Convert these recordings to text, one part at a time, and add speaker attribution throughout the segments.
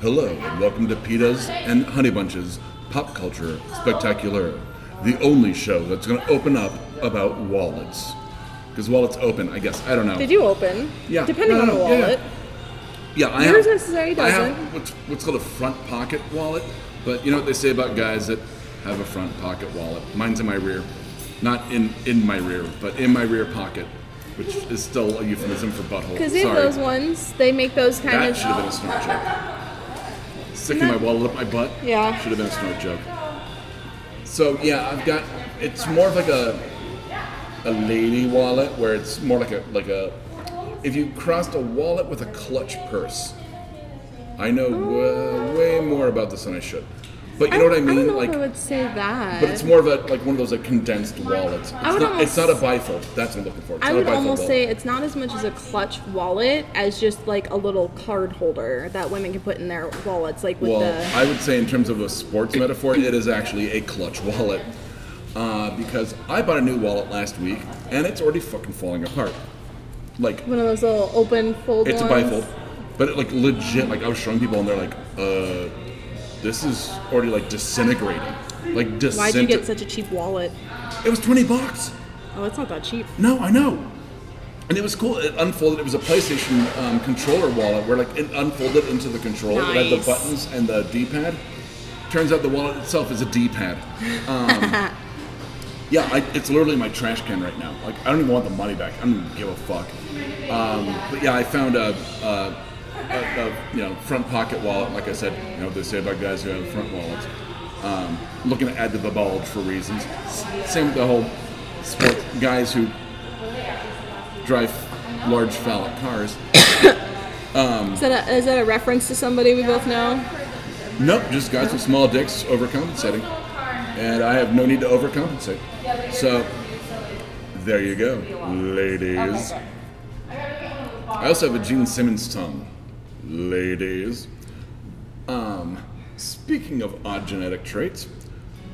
Speaker 1: Hello, and welcome to Pitas and Honey Bunches Pop Culture Spectacular, the only show that's going to open up about wallets. Because wallets open, I guess. I don't know.
Speaker 2: They do open.
Speaker 1: Yeah.
Speaker 2: Depending
Speaker 1: No,
Speaker 2: on
Speaker 1: no,
Speaker 2: the
Speaker 1: no, yeah, yeah.
Speaker 2: wallet.
Speaker 1: Yeah, I
Speaker 2: Yours
Speaker 1: have,
Speaker 2: necessarily
Speaker 1: I
Speaker 2: doesn't.
Speaker 1: have what's, what's called a front pocket wallet, but you know what they say about guys that have a front pocket wallet. Mine's in my rear, not in in my rear, but in my rear pocket, which is still a euphemism for butthole.
Speaker 2: Because they have
Speaker 1: Sorry,
Speaker 2: those ones. They make those kind
Speaker 1: that
Speaker 2: of.
Speaker 1: should have been a snort joke. Sticking my wallet up my butt.
Speaker 2: Yeah.
Speaker 1: should have been a snort joke. So yeah, I've got. It's more of like a a lady wallet where it's more like a like a if you crossed a wallet with a clutch purse. I know wa- way more about this than I should, but you know what I mean.
Speaker 2: don't know
Speaker 1: like,
Speaker 2: if I would say that.
Speaker 1: but it's more of a like one of those like condensed wallets. It's
Speaker 2: would
Speaker 1: not. it's
Speaker 2: almost-
Speaker 1: not a bifold. That's what I'm looking for. It's
Speaker 2: I
Speaker 1: not
Speaker 2: would
Speaker 1: a bifold
Speaker 2: almost
Speaker 1: wallet.
Speaker 2: say it's not as much as a clutch wallet as just like a little card holder that women can put in their wallets, like with
Speaker 1: Well,
Speaker 2: the.
Speaker 1: I would say in terms of a sports metaphor, it is actually a clutch wallet. Uh, because I bought a new wallet last week and it's already fucking falling apart. Like
Speaker 2: one of those little open fold
Speaker 1: it's a
Speaker 2: ones.
Speaker 1: bifold, but it, like legit. Like I was showing people and they're like, uh, this is already like disintegrating. Like
Speaker 2: Why'd you get
Speaker 1: disintegrating.
Speaker 2: such a cheap wallet?
Speaker 1: It was twenty bucks.
Speaker 2: Oh, it's not that cheap.
Speaker 1: No, I know. And it was cool. It unfolded. It was a PlayStation um, controller wallet where like it unfolded into the controller. It had the
Speaker 2: Nice.
Speaker 1: buttons and the D-pad. Turns out the wallet itself is a D-pad. Um, yeah, I, it's literally in my trash can right now. Like I don't even want the money back. I don't even give a fuck. Um, but yeah, I found a, a, a, a you know front pocket wallet. Like I said, you know what they say about guys who have front wallets. Um, looking to add to the bulge for reasons. S- Same with the whole sports guys who drive large phallic cars.
Speaker 2: Is that, a, is that a reference to somebody we both know?
Speaker 1: Nope, just guys with small dicks overcompensating. And I have no need to overcompensate. So, there you go, ladies. I also have a Gene Simmons tongue, ladies. Um, speaking of odd genetic traits,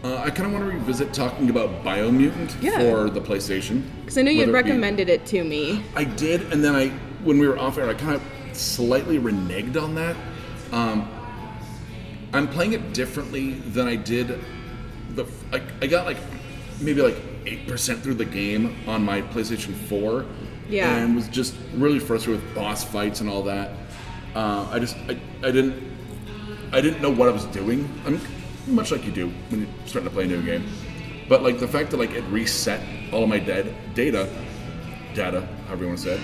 Speaker 1: uh, I kind of want to revisit talking about Biomutant
Speaker 2: Yeah.
Speaker 1: for the PlayStation.
Speaker 2: Because I know you had
Speaker 1: whether it be-
Speaker 2: recommended it to me.
Speaker 1: I did, and then I, when we were off air, I kind of slightly reneged on that. Um, I'm playing it differently than I did. The I, I got like maybe like eight percent through the game on my PlayStation Four,
Speaker 2: Yeah.
Speaker 1: and was just really frustrated with boss fights and all that. Uh, I just I, I didn't I didn't know what I was doing. I'm much like you do when you're starting to play a new game, but like the fact that like it reset all of my dead data, data, however you want to say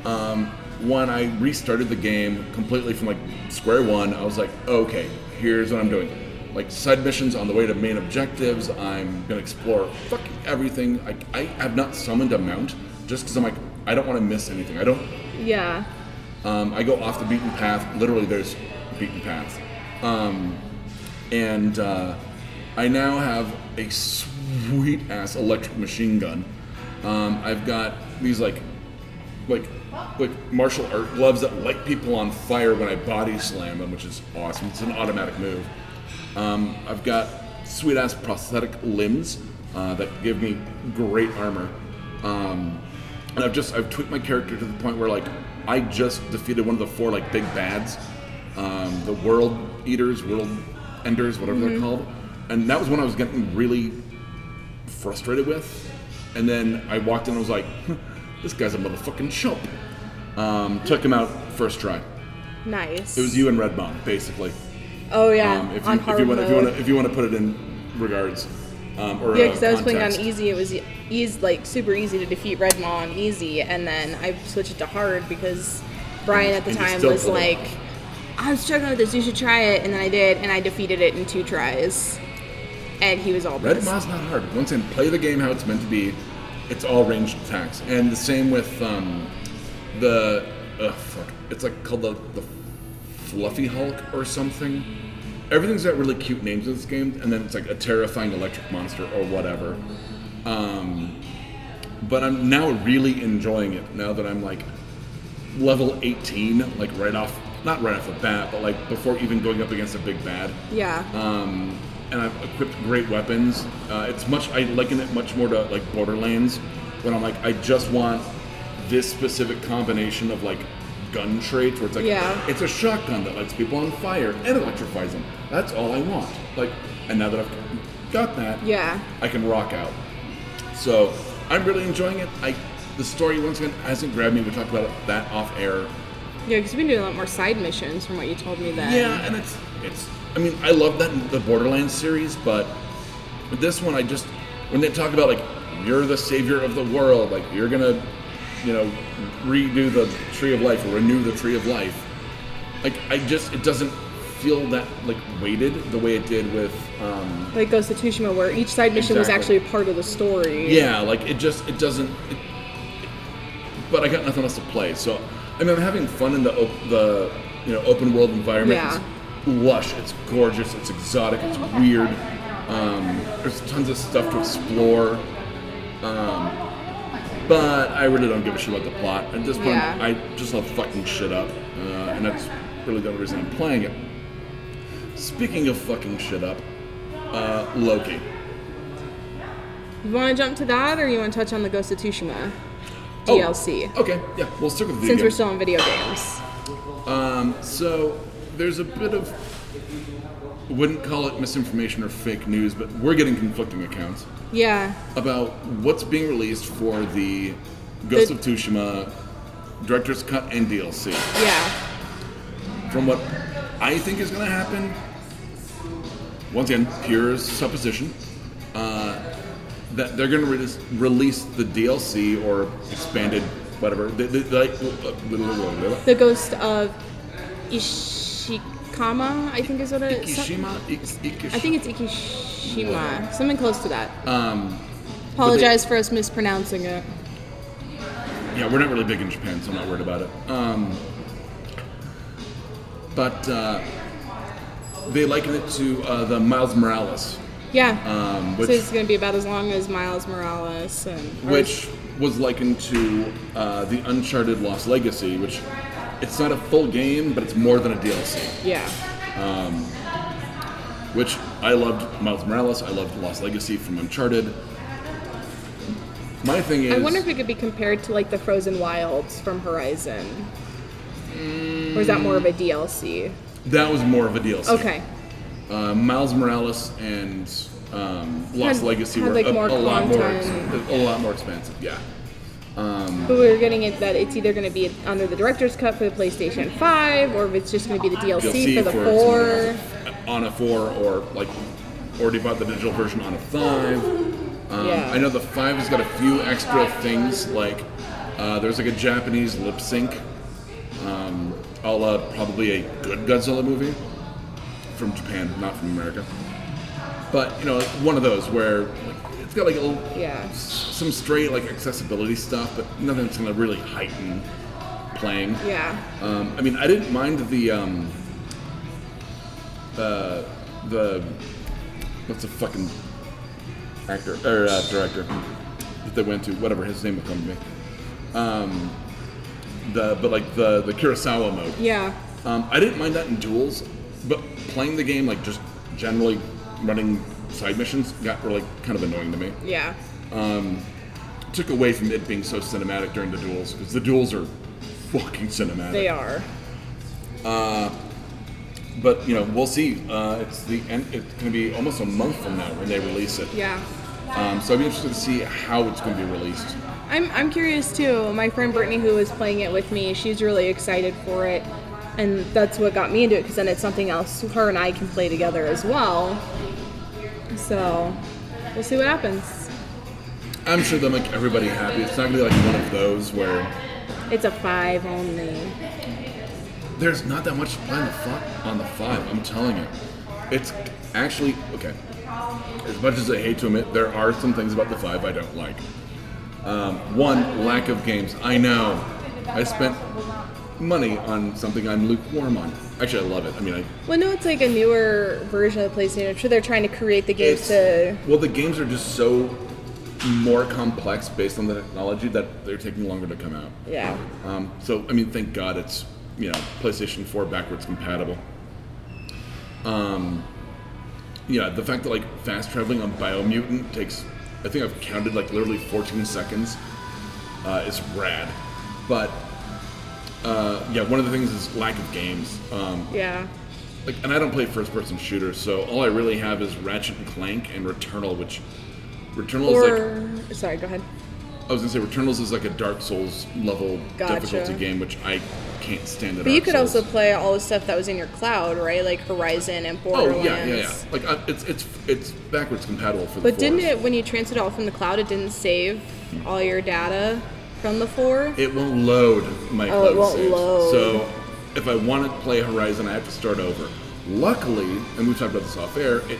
Speaker 1: it. Um, when I restarted the game completely from like square one, I was like, okay, here's what I'm doing. Like side missions on the way to main objectives. I'm gonna explore fucking everything. I, I have not summoned a mount just because I'm like I don't want to miss anything. I don't
Speaker 2: Yeah.
Speaker 1: um, I go off the beaten path. Literally, there's beaten paths. Um, and uh, I now have a sweet ass electric machine gun. Um, I've got these like, like, like martial art gloves that light people on fire when I body slam them, which is awesome. It's an automatic move. Um, I've got sweet ass prosthetic limbs uh, that give me great armor. Um, and I've just I've tweaked my character to the point where like I just defeated one of the four like big bads, um, the World Eaters, World Enders, whatever they're called, and that was when I was getting really frustrated with. And then I walked in and was like, "Huh, this guy's a motherfucking chump. Um, took him out first try.
Speaker 2: Nice.
Speaker 1: It was you and Red Bomb, basically.
Speaker 2: Oh yeah.
Speaker 1: Um, if, you,
Speaker 2: on
Speaker 1: if
Speaker 2: hard
Speaker 1: you want, if you
Speaker 2: mode.
Speaker 1: want, to, if you want to put it in regards, um, or
Speaker 2: Yeah,
Speaker 1: uh,
Speaker 2: because I was playing on
Speaker 1: context.
Speaker 2: easy. It was e- easy, like super easy to defeat Redmaw on easy, and then I switched it to hard because Brian at the
Speaker 1: And you
Speaker 2: time
Speaker 1: still
Speaker 2: was
Speaker 1: pulled it
Speaker 2: like,
Speaker 1: off.
Speaker 2: "I was struggling with this. You should try it," and then I did, and I defeated it in two tries, and he was all
Speaker 1: Red
Speaker 2: pissed.
Speaker 1: Maw's not hard. Once again, play the game how it's meant to be. It's all ranged attacks, and the same with um, the uh, fuck. It's like called the, the Fluffy Hulk or something. Everything's got really cute names in this game, and then it's like a terrifying electric monster or whatever. Um, but I'm now really enjoying it. Now that I'm like level 18, like right off, not right off the bat, but like before even going up against a big bad
Speaker 2: Yeah.
Speaker 1: um, and I've equipped great weapons. Uh, it's much I liken it much more to like Borderlands when I'm like I just want this specific combination of like gun traits where it's like
Speaker 2: Yeah.
Speaker 1: it's a shotgun that lights people on fire and electrifies them. That's all I want. Like, and now that I've got that,
Speaker 2: Yeah.
Speaker 1: I can rock out. So I'm really enjoying it. I the story once again hasn't grabbed me. We talked about it- that off air.
Speaker 2: Yeah, because you've been doing a lot more side missions from what you told me then.
Speaker 1: Yeah, and it's it's. I mean, I love that in the Borderlands series, but this one, I just when they talk about like you're the savior of the world, like you're gonna, you know, redo the tree of life or renew the tree of life. Like I just, it doesn't feel that like weighted the way it did with. um
Speaker 2: Like Ghost of Tsushima, where each side mission
Speaker 1: Exactly.
Speaker 2: was actually a part of the story.
Speaker 1: Yeah, like it just it doesn't. It, but I got nothing else to play, so I mean I'm having fun in the op- the you know open world environment.
Speaker 2: Yeah.
Speaker 1: It's lush, it's gorgeous, it's exotic, it's weird. Um, there's tons of stuff to explore. Um, but I really don't give a shit about the plot. At this point,
Speaker 2: Yeah.
Speaker 1: I just love fucking shit up, uh, and that's really the only reason I'm playing it. Speaking of fucking shit up, uh, Loki.
Speaker 2: You want to jump to that, or you want to touch on the Ghost of Tsushima
Speaker 1: Oh,
Speaker 2: DLC?
Speaker 1: Okay, yeah, we'll stick with the
Speaker 2: Since
Speaker 1: video.
Speaker 2: we're still on video games.
Speaker 1: Um, so there's a bit of I wouldn't call it misinformation or fake news, but we're getting conflicting accounts
Speaker 2: Yeah.
Speaker 1: about what's being released for the Ghost
Speaker 2: The-
Speaker 1: of Tsushima director's cut and DLC.
Speaker 2: Yeah.
Speaker 1: From what I think is going to happen, once again, pure supposition, uh, that they're going to re- release the DLC or expanded whatever. The, the, the,
Speaker 2: The Ghost of Ishikama, I think is what it is.
Speaker 1: Ikishima? Ik- Ikish-
Speaker 2: I think it's Ikishima. Something close to that.
Speaker 1: Um,
Speaker 2: Apologize for us mispronouncing it.
Speaker 1: yeah, we're not really big in Japan, so I'm not worried about it. Um, but uh, they liken it to uh, the Miles Morales,
Speaker 2: Yeah.
Speaker 1: um,
Speaker 2: so
Speaker 1: which
Speaker 2: it's going to be about as long as Miles Morales and. or-
Speaker 1: which was likened to uh, the Uncharted Lost Legacy, which it's not a full game, but it's more than a DLC.
Speaker 2: Yeah.
Speaker 1: Which I loved Miles Morales, I loved Lost Legacy from Uncharted. My thing is,
Speaker 2: I wonder if it could be compared to like the Frozen Wilds from Horizon. Or is that more of a DLC?
Speaker 1: that was more of a DLC.
Speaker 2: Okay.
Speaker 1: uh, Miles Morales and um, Lost
Speaker 2: Had-
Speaker 1: Legacy
Speaker 2: had,
Speaker 1: were
Speaker 2: like,
Speaker 1: a,
Speaker 2: more
Speaker 1: a lot more ex-
Speaker 2: content.
Speaker 1: a lot more expensive. Yeah,
Speaker 2: But we were getting it that it's either going to be under the director's cut for the PlayStation 5, or if it's just going to be the DLC,
Speaker 1: you'll see
Speaker 2: for the
Speaker 1: for
Speaker 2: 4.
Speaker 1: it's on a four or like already bought the digital version on a five. Um,
Speaker 2: Yeah.
Speaker 1: I know the five has got a few extra things like uh, there's like a Japanese lip sync, um, a la probably a good Godzilla movie from Japan, not from America. But you know, like, one of those where like, it's got like a little
Speaker 2: Yeah.
Speaker 1: some straight like accessibility stuff, but nothing that's gonna really heighten playing.
Speaker 2: Yeah.
Speaker 1: Um, I mean, I didn't mind the um, uh, the what's the fucking actor or uh, director that they went to, whatever his name will come to me. Um, the but like the the Kurosawa mode.
Speaker 2: Yeah.
Speaker 1: Um, I didn't mind that in duels, but playing the game like just generally running side missions got really kind of annoying to me
Speaker 2: Yeah.
Speaker 1: took away from it being so cinematic during the duels because the duels are fucking cinematic.
Speaker 2: They are.
Speaker 1: But you know, we'll see. Uh, it's the end. It's going to be almost a month from now when they release it.
Speaker 2: Yeah.
Speaker 1: Um, so I'd be interested to see how it's going to be released.
Speaker 2: I'm, I'm curious too. My friend Brittany, who was playing it with me, she's really excited for it. And that's what got me into it because then it's something else her and I can play together as well. So we'll see what happens.
Speaker 1: I'm sure they'll make everybody happy. It's not going to be like one of those where
Speaker 2: It's a five only.
Speaker 1: there's not that much to play on the fi- on the five. I'm telling you, it's actually okay. As much as I hate to admit, there are some things about the five I don't like. Um, one, lack of games. I know. I spent money on something I'm lukewarm on. Actually, I love it. I mean, I,
Speaker 2: Well, no, it's like a newer version of PlayStation. I'm sure they're trying to create the game
Speaker 1: it's
Speaker 2: to.
Speaker 1: well, the games are just so more complex based on the technology that they're taking longer to come out.
Speaker 2: Yeah.
Speaker 1: Um, so, I mean, thank God it's you know PlayStation 4 backwards compatible. Um, yeah, the fact that like fast traveling on Biomutant takes, I think I've counted like literally 14 seconds, uh, is rad. But uh, yeah, one of the things is lack of games. Um,
Speaker 2: Yeah.
Speaker 1: like, and I don't play first-person shooters, so all I really have is Ratchet and Clank and Returnal, which Returnal is like
Speaker 2: Or sorry, go ahead.
Speaker 1: I was gonna say Returnals is like a Dark Souls level
Speaker 2: Gotcha.
Speaker 1: difficulty game, which I can't stand. The
Speaker 2: But you
Speaker 1: Dark
Speaker 2: could
Speaker 1: Souls.
Speaker 2: also play all the stuff that was in your cloud, right? Like Horizon and
Speaker 1: Oh
Speaker 2: Borderlands.
Speaker 1: yeah, yeah, yeah. Like uh, it's it's it's backwards compatible for the.
Speaker 2: But didn't
Speaker 1: fours.
Speaker 2: it when you transferred it all from the cloud, it didn't save all your data from the four?
Speaker 1: It won't load my
Speaker 2: Oh, it
Speaker 1: cloud
Speaker 2: won't
Speaker 1: saves.
Speaker 2: load.
Speaker 1: So if I want to play Horizon, I have to start over. Luckily, and we've talked about this off air, it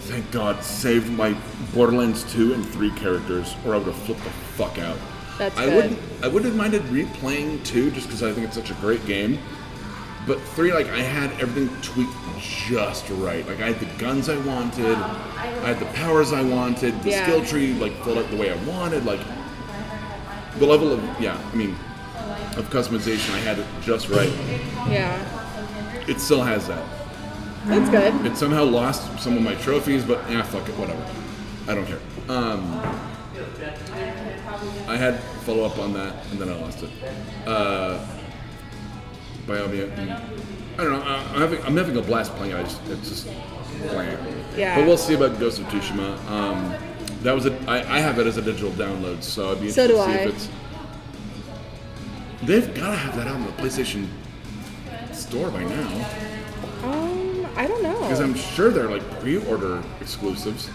Speaker 1: thank God saved my Borderlands 2 and 3 characters, or I would have flipped the fuck out.
Speaker 2: That's
Speaker 1: I
Speaker 2: good.
Speaker 1: wouldn't I wouldn't have minded replaying 2 just because I think it's such a great game. But 3, like I had everything tweaked just right. Like I had the guns I wanted, I had the powers I wanted, the
Speaker 2: Yeah.
Speaker 1: skill tree like filled out the way I wanted, like the level of yeah, I mean, of customization, I had it just right.
Speaker 2: Yeah.
Speaker 1: It still has that.
Speaker 2: That's good.
Speaker 1: It somehow lost some of my trophies, but yeah, fuck it, whatever. I don't care. Um, I had follow up on that, and then I lost it. Uh, by all means, I don't know. I, I'm having I'm having a blast playing it. I just it's just bland.
Speaker 2: Yeah.
Speaker 1: But we'll see about Ghost of Tsushima. Um, that was a, I, I have it as a digital download, so I'd be
Speaker 2: So
Speaker 1: interested
Speaker 2: do
Speaker 1: to see
Speaker 2: I.
Speaker 1: if it's. They've got to have that out on the PlayStation store by now.
Speaker 2: Um, I don't
Speaker 1: Because
Speaker 2: know.
Speaker 1: I'm sure they're like pre-order exclusives.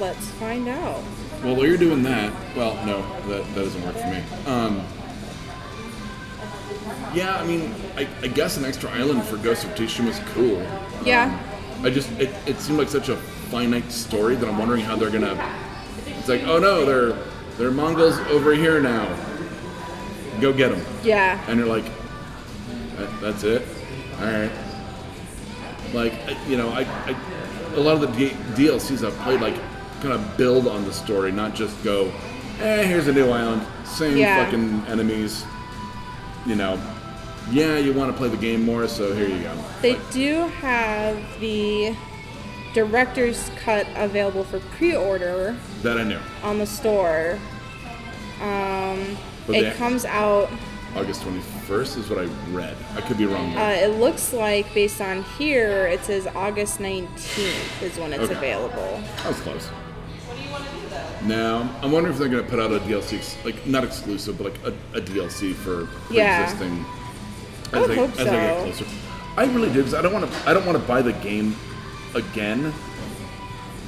Speaker 2: Let's find out.
Speaker 1: Well, while you're doing that, well, no, that, that doesn't work for me. Um, yeah, I mean, I, I guess an extra island for Ghost of Tsushima was cool. Um,
Speaker 2: Yeah.
Speaker 1: I just it, it seemed like such a finite story that I'm wondering how they're gonna. It's like, oh no, they're they're Mongols over here now. Go get them,
Speaker 2: Yeah.
Speaker 1: and you're like, that, that's it. All right. Like I- you know, I, I a lot of the D- DLCs I've played like kind of build on the story, not just go, eh, here's a new island, same
Speaker 2: Yeah.
Speaker 1: fucking enemies. You know, yeah, you want to play the game more, so here you go.
Speaker 2: They do have the director's cut available for pre-order
Speaker 1: That I knew.
Speaker 2: on the store. Um,
Speaker 1: But
Speaker 2: it
Speaker 1: they-
Speaker 2: comes out.
Speaker 1: August 21st is what I read. I could be wrong. though.
Speaker 2: Uh, it looks like based on here, it says August 19th is when it's
Speaker 1: Okay.
Speaker 2: available.
Speaker 1: That was close. Now, I'm wondering if they're going to put out a DLC, ex- like not exclusive, but like a, a DLC for
Speaker 2: Yeah.
Speaker 1: pre-existing.
Speaker 2: I
Speaker 1: as
Speaker 2: would
Speaker 1: they,
Speaker 2: hope
Speaker 1: as they get
Speaker 2: so.
Speaker 1: closer. I really do because I don't want to. I don't want to buy the game again. Um,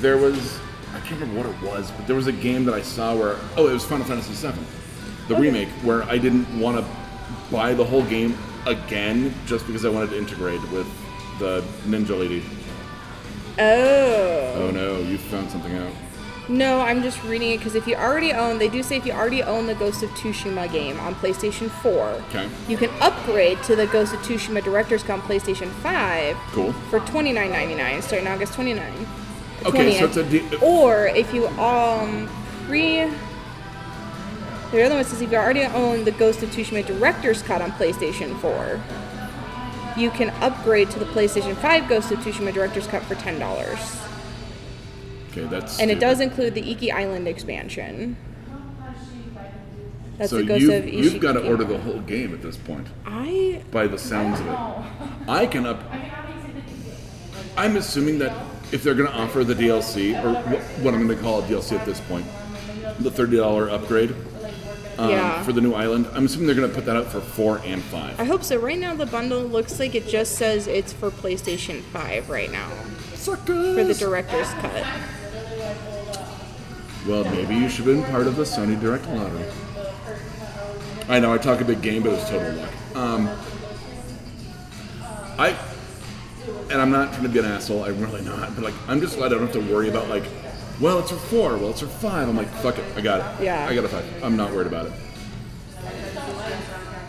Speaker 1: there was I can't remember what it was, but there was a game that I saw where oh, it was Final Fantasy VII, the remake, where I didn't want to buy the whole game again just because I wanted to integrate with the Ninja Lady.
Speaker 2: Oh.
Speaker 1: Oh no, you found something out.
Speaker 2: No, I'm just reading it because if you already own, they do say if you already own the Ghost of Tsushima game on PlayStation 4,
Speaker 1: Okay.
Speaker 2: you can upgrade to the Ghost of Tsushima Director's Cut on PlayStation 5
Speaker 1: Cool.
Speaker 2: for $29.99 starting August 29.
Speaker 1: Okay, so it's a
Speaker 2: 20th.
Speaker 1: de-
Speaker 2: or if you um pre the other one says if you already own the Ghost of Tsushima Director's Cut on PlayStation 4, you can upgrade to the PlayStation 5 Ghost of Tsushima Director's Cut for ten dollars.
Speaker 1: Okay, that's.
Speaker 2: And it
Speaker 1: stupid.
Speaker 2: does include the Iki Island expansion. That's
Speaker 1: So
Speaker 2: the Ghost
Speaker 1: you've,
Speaker 2: of
Speaker 1: you've got to
Speaker 2: Ishigaki.
Speaker 1: order the whole game at this point,
Speaker 2: I
Speaker 1: by the sounds of it. I can up. I'm assuming that if they're going to offer the DLC or wh- what I'm going to call a DLC at this point, the thirty dollar upgrade um,
Speaker 2: Yeah.
Speaker 1: for the new island. I'm assuming they're going to put that out for four and five.
Speaker 2: I hope so. Right now the bundle looks like it just says it's for PlayStation 5 right now
Speaker 1: Suckers.
Speaker 2: for the director's cut.
Speaker 1: Well, maybe you should have been part of the Sony Direct lottery. I know I talk a big game, but it was total luck. Um, I and I'm not trying to be an asshole. I'm really not. But like, I'm just glad I don't have to worry about like, well, it's for four. Well, it's for five. I'm like, fuck it. I got it.
Speaker 2: Yeah.
Speaker 1: I got a five. I'm not worried about it.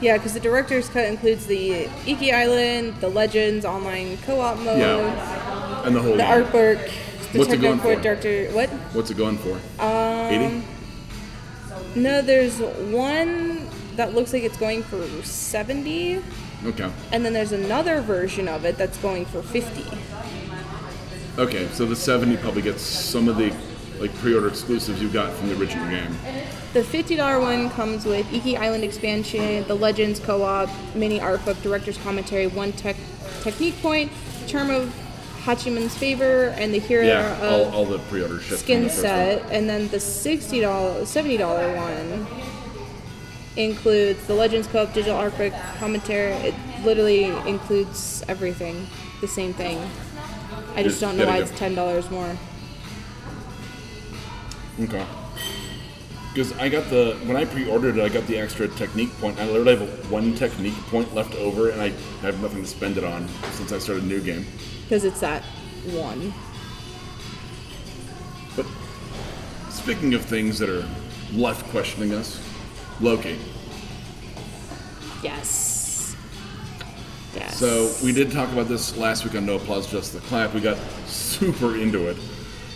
Speaker 2: Yeah, because the director's cut includes the Iki Island, the Legends online co-op mode,
Speaker 1: Yeah. And the whole.
Speaker 2: the
Speaker 1: game.
Speaker 2: artwork, the
Speaker 1: What's it going
Speaker 2: Technicolor
Speaker 1: for?
Speaker 2: director. What?
Speaker 1: What's it going for? Um, Eighty.
Speaker 2: No, there's one that looks like it's going for 70,
Speaker 1: Okay.
Speaker 2: and then there's another version of it that's going for 50.
Speaker 1: Okay. So the seventy probably gets some of the like pre-order exclusives you got from the original game.
Speaker 2: The $50 one comes with Iki Island expansion, the Legends co op, mini art book, director's commentary, one tech technique point, term of Hachiman's favor, and the hero
Speaker 1: Yeah, all,
Speaker 2: of
Speaker 1: all the pre-order shit. from the
Speaker 2: skin
Speaker 1: first
Speaker 2: set. And then the $60, $70 one includes the Legends co op, digital art book, commentary. It literally includes everything, the same thing. I
Speaker 1: Just
Speaker 2: just don't know why
Speaker 1: gotta
Speaker 2: it's
Speaker 1: go.
Speaker 2: $10 more.
Speaker 1: one. Okay. Because I got the when I pre-ordered it, I got the extra technique point. I literally have one technique point left over, and I have nothing to spend it on since I started a new game.
Speaker 2: Because it's that one.
Speaker 1: But speaking of things that are left questioning us, Loki.
Speaker 2: Yes. Yes.
Speaker 1: So we did talk about this last week on No Applause, Just the Clap. We got super into it.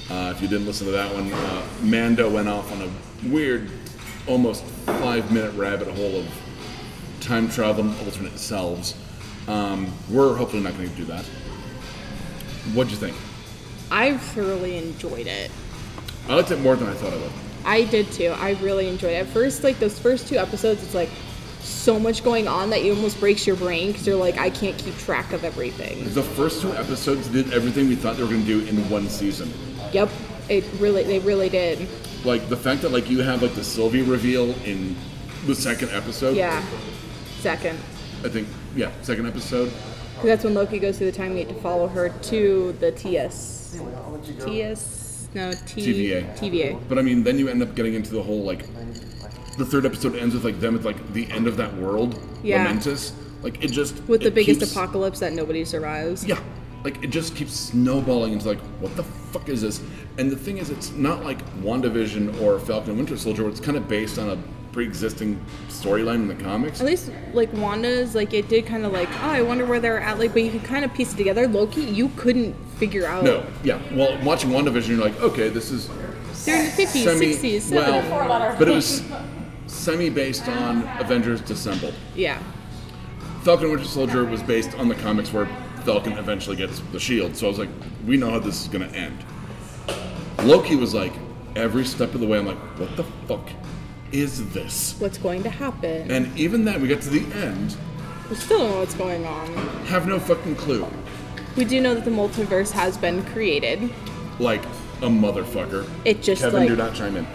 Speaker 1: Uh, if you didn't listen to that one, uh, Mando went off on a weird, almost five-minute rabbit hole of time travel and alternate selves. Um, we're hopefully not going to do that. What'd you think?
Speaker 2: I thoroughly enjoyed it.
Speaker 1: I liked it more than I thought I would.
Speaker 2: I did too. I really enjoyed it. At first, like those first two episodes, it's like so much going on that it almost breaks your brain because you're like, I can't keep track of everything.
Speaker 1: The first two episodes did everything we thought they were going to do in one season.
Speaker 2: Yep. It really, they really did.
Speaker 1: Like the fact that like you have like the Sylvie reveal in the second episode.
Speaker 2: Yeah. Second.
Speaker 1: I think yeah, second episode.
Speaker 2: 'Cause that's when Loki goes through the time gate to follow her to the TS. TS? No, T-
Speaker 1: TVA.
Speaker 2: TVA.
Speaker 1: But I mean, then you end up getting into the whole like, the third episode ends with like them at like the end of that world,
Speaker 2: Yeah.
Speaker 1: momentous. Like it just
Speaker 2: With the
Speaker 1: it
Speaker 2: biggest
Speaker 1: keeps-
Speaker 2: apocalypse that nobody survives.
Speaker 1: Yeah, like it just keeps snowballing into like what the fuck is this? And the thing is, it's not like WandaVision or Falcon and Winter Soldier, where it's kind of based on a pre-existing storyline in the comics.
Speaker 2: At least like Wanda's like it did kind of like oh I wonder where they're at like but you could kind of piece it together. Loki you couldn't figure out.
Speaker 1: No, yeah. Well, watching WandaVision, you're like, okay, this is
Speaker 2: They're in the fifties,
Speaker 1: semi.
Speaker 2: sixties, seventies.
Speaker 1: Well, but it was semi-based on Avengers Dissembled.
Speaker 2: yeah.
Speaker 1: Falcon and Winter Soldier was based on the comics where Falcon eventually gets the shield. So I was like, we know how this is going to end. Loki was like, every step of the way, I'm like, what the fuck is this?
Speaker 2: What's going to happen?
Speaker 1: And even then, we got to the end,
Speaker 2: We still don't know what's going on.
Speaker 1: have no fucking clue.
Speaker 2: We do know that the multiverse has been created.
Speaker 1: Like a motherfucker.
Speaker 2: It just
Speaker 1: Kevin, do
Speaker 2: like-
Speaker 1: not chime in.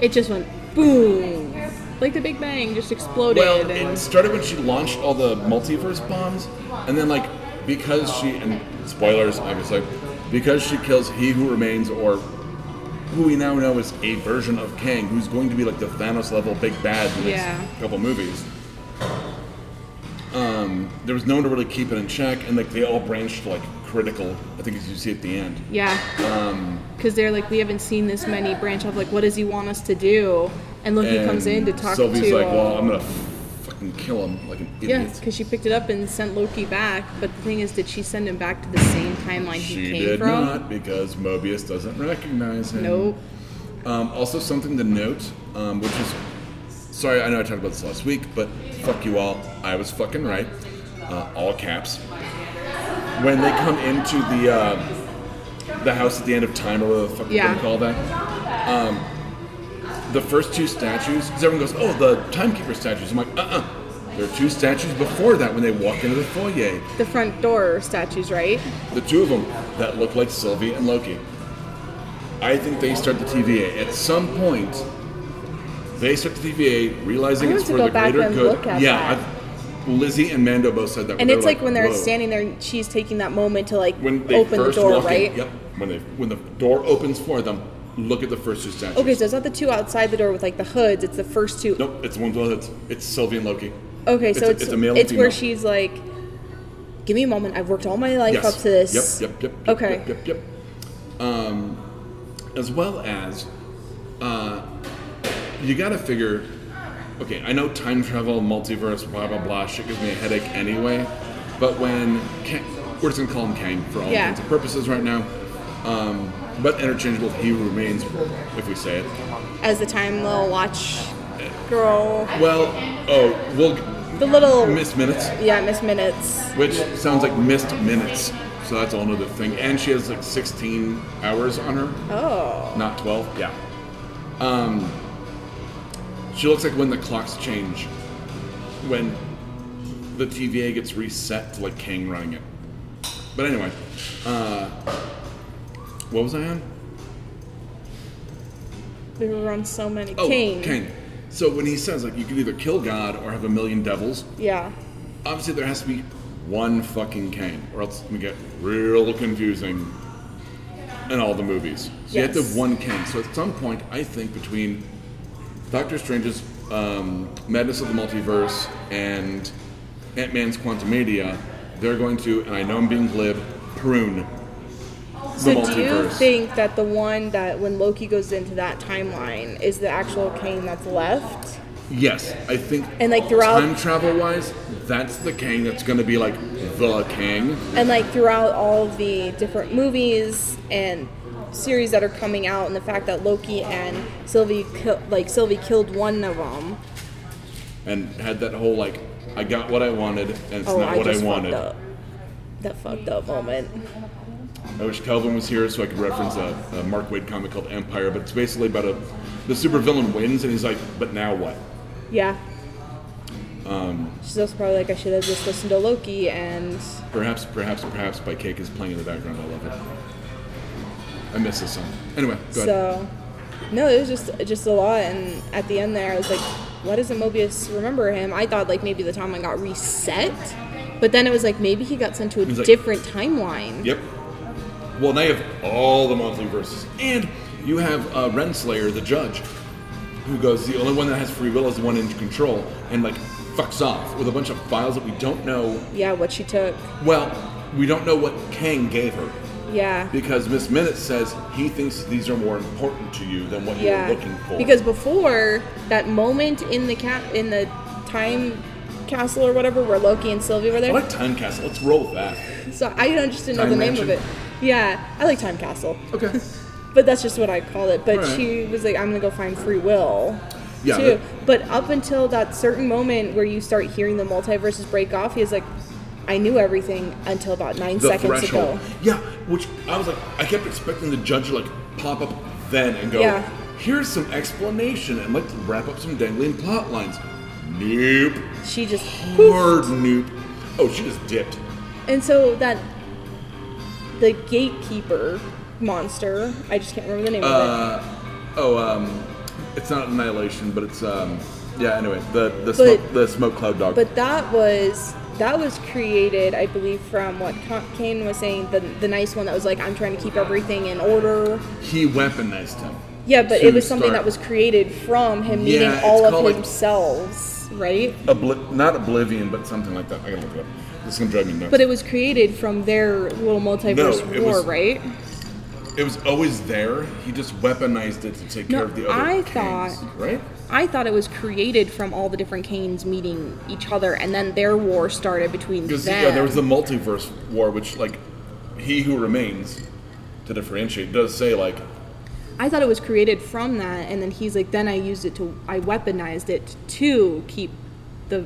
Speaker 2: It just went boom, like the Big Bang just exploded.
Speaker 1: Well,
Speaker 2: and
Speaker 1: it started when she launched all the multiverse bombs, and then like because she and spoilers, obviously, because she kills he who remains, or who we now know is a version of Kang, who's going to be like the Thanos level big bad in the next
Speaker 2: Yeah.
Speaker 1: couple movies. Um, there was no one to really keep it in check, and like they all branched like critical. I think as you see at the end.
Speaker 2: yeah,
Speaker 1: um,
Speaker 2: because they're like we haven't seen this many branch off. Like what does he want us to do? And Loki
Speaker 1: and
Speaker 2: comes in to talk
Speaker 1: Sylvie's
Speaker 2: to.
Speaker 1: like,
Speaker 2: uh,
Speaker 1: "Well, I'm gonna fucking kill him like an idiot."
Speaker 2: Yes, because she picked it up and sent Loki back. But the thing is, did she send him back to the same timeline he
Speaker 1: She
Speaker 2: came
Speaker 1: did
Speaker 2: from?
Speaker 1: not because Mobius doesn't recognize him.
Speaker 2: Nope.
Speaker 1: Um, also, something to note, um, which is sorry, I know I talked about this last week, but fuck you all. I was fucking right. Uh, all caps. When they come into the uh, the house at the end of time, or whatever the fuck you
Speaker 2: Yeah.
Speaker 1: gonna call that. Um, the first two statues, because everyone goes, "Oh, the timekeeper statues." I'm like, "Uh, uh There are two statues before that when they walk into the foyer.
Speaker 2: The front door statues, right?
Speaker 1: The two of them that look like Sylvie and Loki. I think they start the TVA. At some point, they start the TVA, realizing
Speaker 2: I
Speaker 1: it's
Speaker 2: want to
Speaker 1: for
Speaker 2: go
Speaker 1: the
Speaker 2: back
Speaker 1: greater
Speaker 2: and
Speaker 1: good.
Speaker 2: look at
Speaker 1: yeah,
Speaker 2: that.
Speaker 1: I've- Lizzie and Mando both said that.
Speaker 2: And
Speaker 1: they
Speaker 2: it's
Speaker 1: were
Speaker 2: like, when they're
Speaker 1: "Whoa."
Speaker 2: standing there, and she's taking that moment to like
Speaker 1: when they
Speaker 2: open the
Speaker 1: first
Speaker 2: door,
Speaker 1: walk
Speaker 2: right?
Speaker 1: In, yep. When they when the door opens for them, look at the first two statues.
Speaker 2: Okay, so it's not the two outside the door with like the hoods. It's the first two.
Speaker 1: nope, it's one of it's it's Sylvie and Loki.
Speaker 2: Okay, so
Speaker 1: a-
Speaker 2: it's
Speaker 1: it's a male and
Speaker 2: it's where
Speaker 1: female.
Speaker 2: she's like, "Give me a moment. I've worked all my life
Speaker 1: yes.
Speaker 2: up to this."
Speaker 1: Yep, yep, yep. yep
Speaker 2: Okay.
Speaker 1: Yep, yep, yep. Um, as well as, uh, you gotta figure. Okay, I know time travel, multiverse, blah blah blah. Shit gives me a headache anyway. But when Kang, we're just gonna call him Kang for all
Speaker 2: Yeah.
Speaker 1: intents and purposes right now. Um, but interchangeable with He Who Remains, if we say it.
Speaker 2: As the time little watch girl,
Speaker 1: Well, oh, we'll
Speaker 2: the little
Speaker 1: miss minutes,
Speaker 2: yeah, Miss Minutes.
Speaker 1: which sounds like missed minutes. so that's a whole nother thing. And she has like 16 hours on her,
Speaker 2: Oh.
Speaker 1: not 12. Yeah. Um, she looks like when the clocks change, when the TVA gets reset to like King running it. But anyway, uh, what was I on?
Speaker 2: We were on so many.
Speaker 1: Oh,
Speaker 2: King.
Speaker 1: King. So when he says like you can either kill God or have a million devils,
Speaker 2: Yeah.
Speaker 1: obviously there has to be one fucking Kane, or else we get real confusing in all the movies. So you have to
Speaker 2: Yes.
Speaker 1: have one Kane. So at some point, I think between Doctor Strange's um, Madness of the Multiverse and Ant Man's Quantumania, they're going to, and I know I'm being glib, prune the
Speaker 2: So do you
Speaker 1: multiverse.
Speaker 2: think that the one that when Loki goes into that timeline is the actual Kane that's left?
Speaker 1: yes, I think.
Speaker 2: And, like, throughout-
Speaker 1: time travel wise, that's the Kang that's going to be like the Kang.
Speaker 2: And like throughout all the different movies and series that are coming out, and the fact that Loki and Sylvie kill, like Sylvie killed one of them.
Speaker 1: and had that whole like I got what I wanted and it's
Speaker 2: Oh,
Speaker 1: not
Speaker 2: I
Speaker 1: what I
Speaker 2: just
Speaker 1: wanted.
Speaker 2: fucked up. That fucked up moment.
Speaker 1: I wish Calvin was here so I could reference a, a Mark Wade comic called Empire, but it's basically about a the supervillain wins and he's like, but now what?
Speaker 2: Yeah. Um, She's also probably like, I should have just listened to Loki and
Speaker 1: Perhaps, perhaps, perhaps by Cake is playing in the background. I love it. I miss this song. Anyway, go ahead.
Speaker 2: so. No, it was just just a lot, and at the end there, I was like, why doesn't Mobius remember him? I thought like maybe the timeline got reset, but then it was like maybe he got sent to a
Speaker 1: He's like-
Speaker 2: different timeline.
Speaker 1: Yep. Well, now you have all the monthly verses, and you have uh, Renslayer, the judge, who goes, the only one that has free will is the one in control, and like fucks off with a bunch of files that we don't know
Speaker 2: Yeah, what she took.
Speaker 1: Well, we don't know what Kang gave her
Speaker 2: Yeah.
Speaker 1: because Miss Minute says he thinks these are more important to you than what
Speaker 2: yeah.
Speaker 1: you're looking for.
Speaker 2: Because before that moment in the cat in the time castle or whatever where Loki and Sylvie were
Speaker 1: I
Speaker 2: there.
Speaker 1: like Time Castle. Let's roll with that.
Speaker 2: So I don't just didn't know
Speaker 1: Time
Speaker 2: the name of
Speaker 1: Mansion?
Speaker 2: it. Yeah, I like Time Castle,
Speaker 1: Okay.
Speaker 2: but that's just what I call it. But
Speaker 1: Alright.
Speaker 2: she was like, "I'm gonna go find free will."
Speaker 1: Yeah,
Speaker 2: Too.
Speaker 1: that-
Speaker 2: But up until that certain moment where you start hearing the multiverses break off, he's like, "I knew everything until about nine
Speaker 1: The
Speaker 2: seconds
Speaker 1: threshold.
Speaker 2: ago."
Speaker 1: Yeah, which I was like, I kept expecting the judge to like pop up then and go,
Speaker 2: Yeah.
Speaker 1: here's some explanation and let's wrap up some dangling plot lines. Nope.
Speaker 2: She just
Speaker 1: Hard nope. Oh, she just dipped.
Speaker 2: And so that the gatekeeper monster, I just can't remember the name of it.
Speaker 1: Uh, oh, um, it's not annihilation, but it's um, yeah. Anyway, the the smoke,
Speaker 2: But-
Speaker 1: the smoke cloud dog.
Speaker 2: But that was that was created, I believe, from what Con- Kane was saying, the the nice one that was like, I'm trying to keep everything in order.
Speaker 1: he weaponized him.
Speaker 2: Yeah, but
Speaker 1: to
Speaker 2: it was something
Speaker 1: start
Speaker 2: that was created from him
Speaker 1: Yeah,
Speaker 2: needing
Speaker 1: it's
Speaker 2: all of
Speaker 1: called, like-
Speaker 2: themselves, right?
Speaker 1: obli- not oblivion, but something like that. I gotta look it up. This is gonna drive me nuts.
Speaker 2: But it was created from their little multiverse
Speaker 1: No, it
Speaker 2: war,
Speaker 1: was-
Speaker 2: right?
Speaker 1: it was always there. He just weaponized it to take
Speaker 2: No,
Speaker 1: care of the other.
Speaker 2: I
Speaker 1: kings,
Speaker 2: thought-
Speaker 1: right?
Speaker 2: I thought it was created from all the different Kanes meeting each other, and then their war started between them.
Speaker 1: Because yeah, there was the multiverse war, which like he who remains to differentiate does say like
Speaker 2: I thought it was created from that, and then he's like, then I used it to, I weaponized it to keep the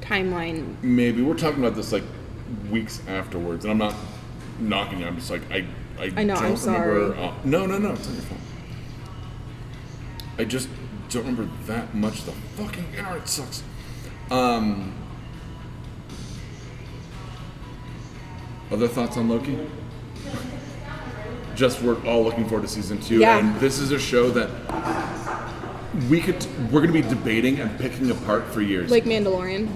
Speaker 2: timeline.
Speaker 1: maybe we're talking about this like weeks afterwards, and I'm not knocking you. I'm just like I I,
Speaker 2: I know,
Speaker 1: Don't
Speaker 2: I'm sorry.
Speaker 1: Remember, uh, no, no, no. It's not your fault. I just don't remember that much. The fucking internet sucks. Um. Other thoughts on Loki? Just we're all looking forward to season two,
Speaker 2: Yeah.
Speaker 1: and this is a show that we could we're going to be debating and picking apart for years.
Speaker 2: Like Mandalorian.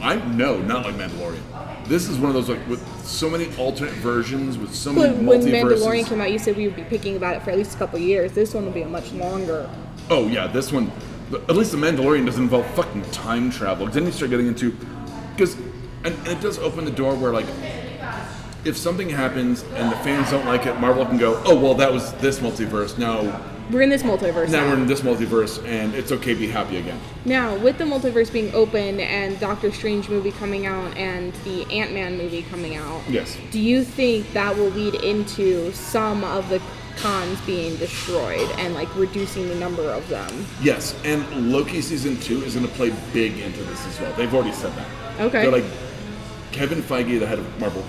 Speaker 1: I no, not like Mandalorian. This is one of those like with so many alternate versions with so many
Speaker 2: But when Mandalorian
Speaker 1: multiverses.
Speaker 2: came out, you said we would be picking about it for at least a couple years. This one will be a much longer.
Speaker 1: oh yeah, this one. but At least the Mandalorian doesn't involve fucking time travel. 'Cause Then you start getting into because and, and it does open the door where like if something happens and the fans don't like it, Marvel can go, oh well, that was this multiverse. Now
Speaker 2: We're in this multiverse.
Speaker 1: now
Speaker 2: Now,
Speaker 1: we're in this multiverse and it's okay, be happy again.
Speaker 2: Now, with the multiverse being open and Doctor Strange movie coming out and the Ant Man movie coming out,
Speaker 1: Yes.
Speaker 2: do you think that will lead into some of the cons being destroyed and like reducing the number of them?
Speaker 1: Yes, and Loki season two is going to play big into this as well. They've already said that.
Speaker 2: Okay.
Speaker 1: They're like Kevin Feige, the head of Marvel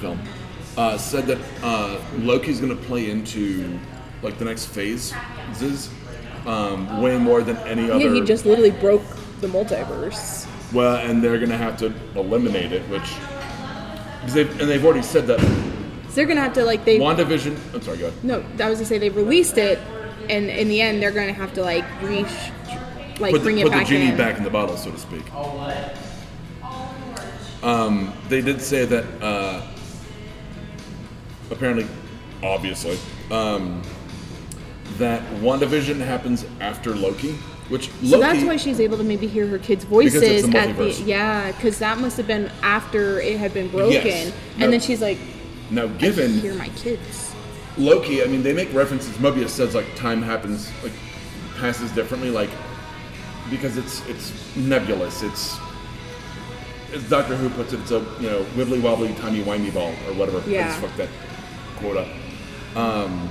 Speaker 1: film, uh, said that uh, Loki's going to play into like the next phases um, way more than any other.
Speaker 2: Yeah, he just literally broke the multiverse.
Speaker 1: Well, and they're going to have to eliminate it, which 'cause they've, and they've already said that
Speaker 2: So they're gonna have to like they
Speaker 1: WandaVision. I'm sorry, go ahead.
Speaker 2: no, I was gonna say they released it, and in the end they're gonna have to like reach, like
Speaker 1: put
Speaker 2: bring
Speaker 1: the,
Speaker 2: it
Speaker 1: put the
Speaker 2: back
Speaker 1: genie
Speaker 2: in.
Speaker 1: back in the bottle, so to speak. Um, they did say that uh, apparently, obviously, um, that WandaVision happens after Loki, which Loki.
Speaker 2: So that's why she's able to maybe hear her kids' voices
Speaker 1: it's the
Speaker 2: at the
Speaker 1: multiverse.
Speaker 2: yeah, because that must have been after it had been broken, and
Speaker 1: No.
Speaker 2: then she's like,
Speaker 1: now,
Speaker 2: I
Speaker 1: given
Speaker 2: hear my kids.
Speaker 1: Loki, I mean, they make references. Mobius says like time happens, like passes differently, like because it's it's nebulous. It's as Doctor Who puts it, it's a you know wibbly wobbly timey wimey ball or whatever. I
Speaker 2: Yeah.
Speaker 1: just fucked that quote up. Um,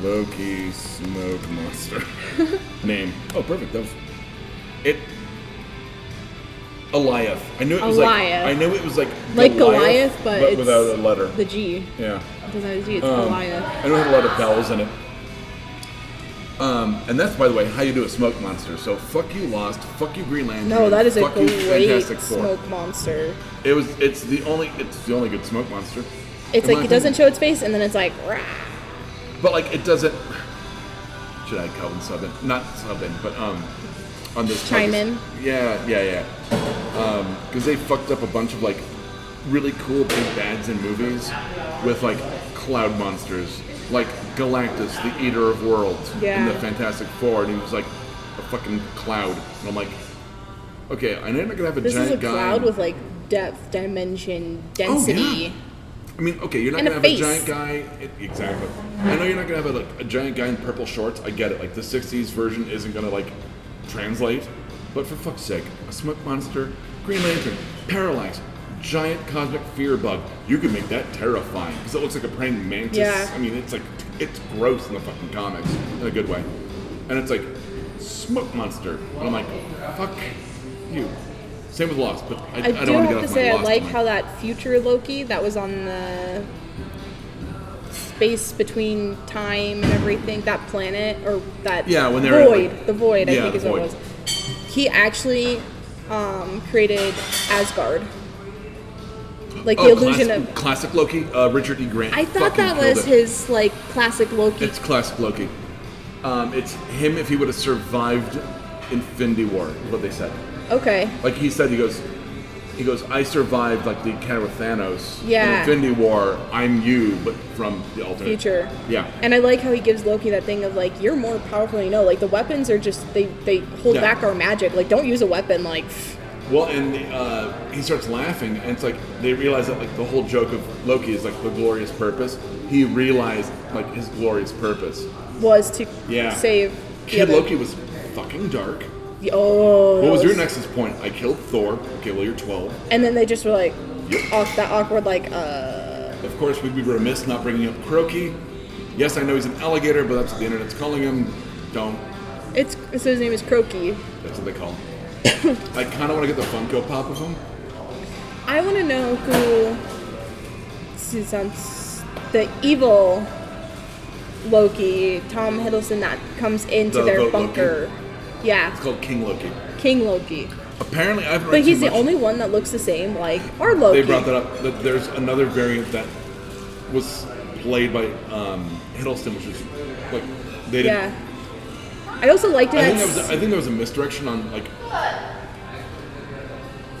Speaker 1: Loki smoke monster name. Oh, perfect. That was it. Eliath. I knew it was
Speaker 2: Eliath.
Speaker 1: like I knew it was like
Speaker 2: Like Goliath, but, it's
Speaker 1: without a letter.
Speaker 2: The G.
Speaker 1: yeah.
Speaker 2: It doesn't have a G, it's
Speaker 1: Um,
Speaker 2: Goliath.
Speaker 1: I know it had a lot of bells in it. Um, and that's, by the way, how you do a smoke monster. So fuck you, Lost. Fuck you, Green Lantern.
Speaker 2: No, that is a
Speaker 1: fuck you,
Speaker 2: great
Speaker 1: Fantastic Four.
Speaker 2: smoke monster.
Speaker 1: It was. It's the only. It's the only good smoke monster.
Speaker 2: It's
Speaker 1: in
Speaker 2: like
Speaker 1: my
Speaker 2: it doesn't
Speaker 1: opinion.
Speaker 2: show its face, and then it's like, rah.
Speaker 1: But like it doesn't. Should I call in sub in? Not sub in, but um, on this
Speaker 2: Chime
Speaker 1: podcast.
Speaker 2: in?
Speaker 1: Yeah, yeah, yeah. Because they fucked up a bunch of like really cool big bads in movies with like cloud monsters, like Galactus, the Eater of Worlds, in
Speaker 2: Yeah.
Speaker 1: the Fantastic Four, and he was like a fucking cloud, and I'm like, okay, I know you're not gonna have a
Speaker 2: This
Speaker 1: giant
Speaker 2: is a
Speaker 1: guy. Oh,
Speaker 2: cloud with like depth, dimension, density.
Speaker 1: I mean, okay, you're not
Speaker 2: And a
Speaker 1: gonna have a
Speaker 2: face.
Speaker 1: giant guy. It, exactly. I know you're not gonna have a, like a giant guy in purple shorts. I get it. Like the '60s version isn't gonna like translate. But for fuck's sake, a smoke monster, Green Lantern, Parallax, giant cosmic fear bug. You can make that terrifying because it looks like a praying mantis.
Speaker 2: Yeah.
Speaker 1: I mean, it's like it's gross in the fucking comics in a good way. And it's like smoke monster, and I'm like, fuck you. Same with Lost, but I, I,
Speaker 2: I,
Speaker 1: don't
Speaker 2: do
Speaker 1: want to get
Speaker 2: have to
Speaker 1: off
Speaker 2: say
Speaker 1: my
Speaker 2: I
Speaker 1: Lost
Speaker 2: like
Speaker 1: mind.
Speaker 2: how that future Loki that was on the space between time and everything, that planet or that
Speaker 1: Yeah, when they were in,
Speaker 2: void,
Speaker 1: like-
Speaker 2: the void, I
Speaker 1: yeah,
Speaker 2: think is
Speaker 1: the
Speaker 2: what
Speaker 1: void.
Speaker 2: it was. He actually um, created Asgard. Like the illusion
Speaker 1: classic,
Speaker 2: of
Speaker 1: Oh, classic Loki. Uh, Richard E. Grant.
Speaker 2: I thought
Speaker 1: fucking
Speaker 2: that
Speaker 1: killed
Speaker 2: was
Speaker 1: it.
Speaker 2: his like classic Loki.
Speaker 1: It's classic Loki. Um, it's him if he would have survived Infinity War. Is what they said.
Speaker 2: okay.
Speaker 1: Like he said, he goes, he goes. I survived like the encounter with Thanos.
Speaker 2: Yeah.
Speaker 1: In Infinity War, I'm you, but from the alternate
Speaker 2: Future.
Speaker 1: Yeah.
Speaker 2: And I like how he gives Loki that thing of like, you're more powerful than you know. Like the weapons are just they they hold
Speaker 1: Yeah.
Speaker 2: back our magic. Like don't use a weapon. Like pfft.
Speaker 1: Well, and uh, he starts laughing, and it's like they realize that like the whole joke of Loki is like the glorious purpose. He realized like his glorious purpose.
Speaker 2: was to
Speaker 1: Yeah.
Speaker 2: save the
Speaker 1: Kid
Speaker 2: other-
Speaker 1: Loki was fucking dark.
Speaker 2: the- Oh. that
Speaker 1: What was your nexus point? I killed Thor. Okay, well you're 12.
Speaker 2: And then they just were like,
Speaker 1: Yep.
Speaker 2: off that awkward like, uh,
Speaker 1: Of course, we'd be remiss not bringing up Croaky. Yes, I know he's an alligator, but that's what the internet's calling him. Don't.
Speaker 2: it's so his name is Croaky.
Speaker 1: That's what they call him. I kind of want to get the Funko Pop of him.
Speaker 2: I want to know who she sounds the evil Loki, Tom Hiddleston that comes into
Speaker 1: The
Speaker 2: their
Speaker 1: vote Loki?
Speaker 2: bunker. Yeah,
Speaker 1: It's called King Loki.
Speaker 2: King Loki.
Speaker 1: Apparently, I've read
Speaker 2: But he's
Speaker 1: too
Speaker 2: the
Speaker 1: much.
Speaker 2: only one that looks the same, like our Loki.
Speaker 1: They brought that up. That there's another variant that was played by um, Hiddleston, which is like they didn't.
Speaker 2: Yeah. I also liked it.
Speaker 1: I
Speaker 2: at
Speaker 1: think, that was,
Speaker 2: s-
Speaker 1: I think there was a misdirection on like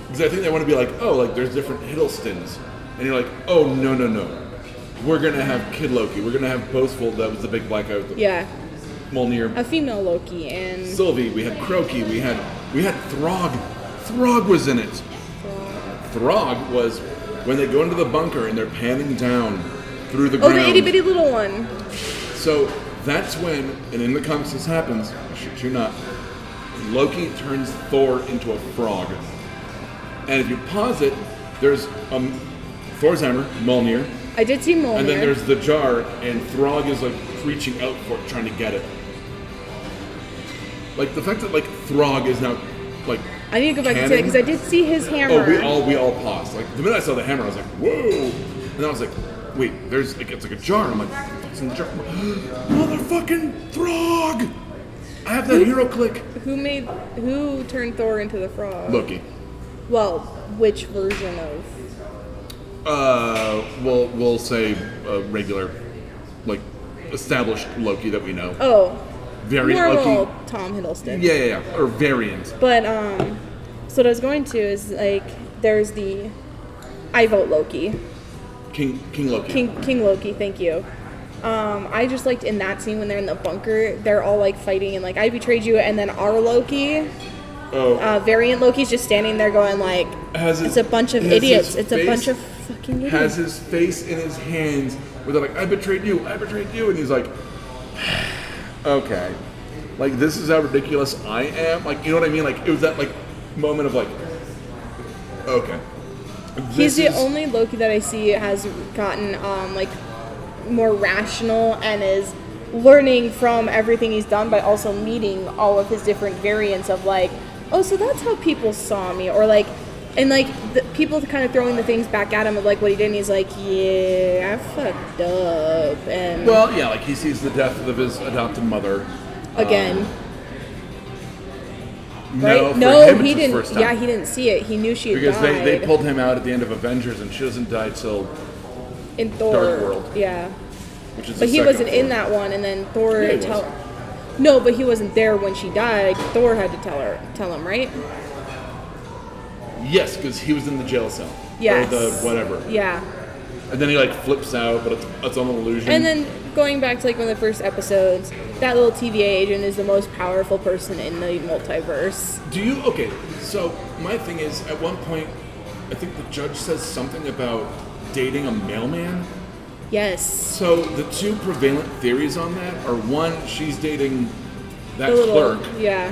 Speaker 1: because I think they want to be like, oh, like there's different Hiddlestons, and you're like, oh no no no, we're gonna have Kid Loki, we're gonna have Boastful, that was the big black guy with the
Speaker 2: yeah,
Speaker 1: Mjolnir,
Speaker 2: a female Loki and
Speaker 1: Sylvie, we had Croaky, we had we had Throg, Throg was in it. Throg was when they go into the bunker and they're panning down through the
Speaker 2: oh,
Speaker 1: ground.
Speaker 2: the itty bitty little one.
Speaker 1: So that's when, and in the comics this happens, I shit you not, Loki turns Thor into a frog. And if you pause it, there's um, Thor's hammer, Mjolnir,
Speaker 2: I did see Mjolnir.
Speaker 1: and then there's the jar, and Throg is like reaching out for it, trying to get it. Like the fact that like Throg is now like
Speaker 2: I need to go back and see that
Speaker 1: Cannon?
Speaker 2: because I did see his hammer.
Speaker 1: Oh, we all we all paused. Like the minute I saw the hammer, I was like, "Whoa!" And then I was like, "Wait, there's like it's like a jar." I'm like, "Fucking jar, motherfucking throg!" I have that hero click.
Speaker 2: Who made who turned Thor into the frog?
Speaker 1: Loki.
Speaker 2: Well, which version of?
Speaker 1: Uh, we'll we'll say uh, regular, like established Loki that we know.
Speaker 2: Oh,
Speaker 1: Very
Speaker 2: normal
Speaker 1: Loki.
Speaker 2: Tom Hiddleston.
Speaker 1: Yeah, yeah, yeah, or variant.
Speaker 2: But um, so what I was going to is like there's the I vote Loki,
Speaker 1: King King Loki.
Speaker 2: King King Loki. Thank you. Um, I just liked in that scene when they're in the bunker, they're all like fighting and like I betrayed you, and then our Loki,
Speaker 1: Oh,
Speaker 2: uh, variant Loki's just standing there going like,
Speaker 1: Has his-
Speaker 2: it's a bunch of
Speaker 1: has his
Speaker 2: idiots. It's a
Speaker 1: face-
Speaker 2: bunch of fucking idiots.
Speaker 1: has his face in his hands where they're like, I betrayed you, I betrayed you. And he's like, okay. Like, this is how ridiculous I am. Like, you know what I mean? Like, it was that, like, moment of, like, okay.
Speaker 2: He's
Speaker 1: This
Speaker 2: the
Speaker 1: is-
Speaker 2: only Loki that I see has gotten um, like more rational and is learning from everything he's done, but also meeting all of his different variants of like, oh, so that's how people saw me, or like, and like the, people kind of throwing the things back at him of like what he did, and he's like, yeah, I fucked up, and
Speaker 1: Well, uh, yeah, like, he sees the death of his adopted mother.
Speaker 2: again.
Speaker 1: Um,
Speaker 2: Right?
Speaker 1: for him, it's
Speaker 2: he
Speaker 1: his
Speaker 2: didn't.
Speaker 1: first time.
Speaker 2: yeah, he didn't see it. He knew she had
Speaker 1: Because
Speaker 2: died
Speaker 1: they, they pulled him out at the end of Avengers, and she doesn't die till,
Speaker 2: in Thor.
Speaker 1: World.
Speaker 2: Yeah.
Speaker 1: which is.
Speaker 2: But
Speaker 1: the
Speaker 2: he
Speaker 1: second
Speaker 2: wasn't in
Speaker 1: Thor.
Speaker 2: that one, and then Thor
Speaker 1: Yeah, he
Speaker 2: tell.
Speaker 1: was.
Speaker 2: No, but he wasn't there when she died. Thor had to tell her, tell him, right?
Speaker 1: Yes, because he was in the jail cell.
Speaker 2: Yes.
Speaker 1: Or the whatever.
Speaker 2: Yeah,
Speaker 1: And then he like flips out, but it's, it's on an illusion.
Speaker 2: and then going back to like one of the first episodes, that little TVA agent is the most powerful person in the multiverse.
Speaker 1: do you okay? So my thing is, at one point, I think the judge says something about dating a mailman.
Speaker 2: Yes,
Speaker 1: So the two prevalent theories on that are one, she's dating that
Speaker 2: the little
Speaker 1: clerk,
Speaker 2: yeah,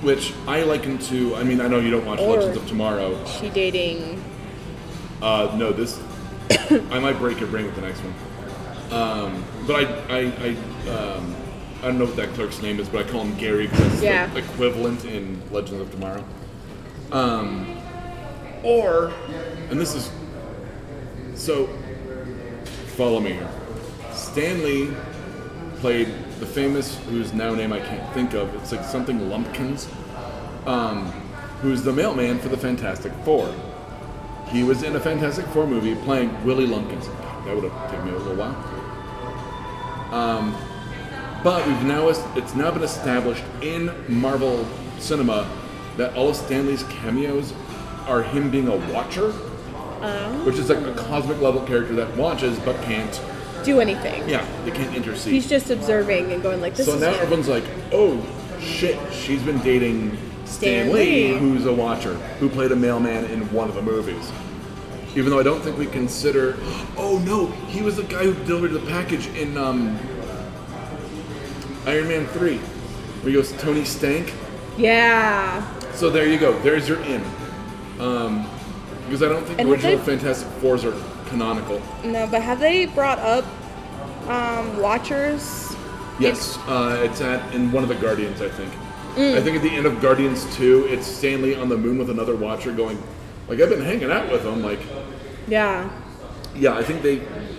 Speaker 1: which I liken to. I mean, I know you don't watch
Speaker 2: Or-
Speaker 1: Legends of Tomorrow.
Speaker 2: she dating.
Speaker 1: Uh, no, this. I might break your brain with the next one. Um, but I, I, I, um, I don't know what that clerk's name is, but I call him Gary because that's
Speaker 2: Yeah.
Speaker 1: the equivalent in Legends of Tomorrow. Um, or, and this is, so, follow me here. Stanley played the famous, whose now name I can't think of, it's like something Lumpkins, um, who's the mailman for the Fantastic Four. He was in a Fantastic Four movie playing Willie Lumpkins. That would have taken me a little while. Um, but we've now it's now been established in Marvel cinema that all of Stanley's cameos are him being a watcher, which is like a cosmic level character that watches but can't.
Speaker 2: Do anything.
Speaker 1: Yeah, they can't intercede.
Speaker 2: He's just observing and going like, this
Speaker 1: so
Speaker 2: is
Speaker 1: now everyone's like, "Oh shit, she's been dating Stan,
Speaker 2: Stan
Speaker 1: Lee,
Speaker 2: Lee."
Speaker 1: who's a watcher, who played a mailman in one of the movies." Even though I don't think we consider, oh no, he was the guy who delivered the package in um, Iron Man Three. Where he goes, Tony Stank.
Speaker 2: yeah.
Speaker 1: So there you go. There's your in. Um, because I don't think
Speaker 2: And
Speaker 1: the
Speaker 2: have
Speaker 1: original
Speaker 2: they-
Speaker 1: Fantastic Fours are canonical.
Speaker 2: No, but have they brought up um, Watchers?
Speaker 1: Yes, uh, it's at in one of the Guardians, I think.
Speaker 2: Mm.
Speaker 1: I think at the end of Guardians Two, it's Stanley on the moon with another Watcher, going like I've been hanging out with him. Like,
Speaker 2: Yeah.
Speaker 1: yeah, I think they.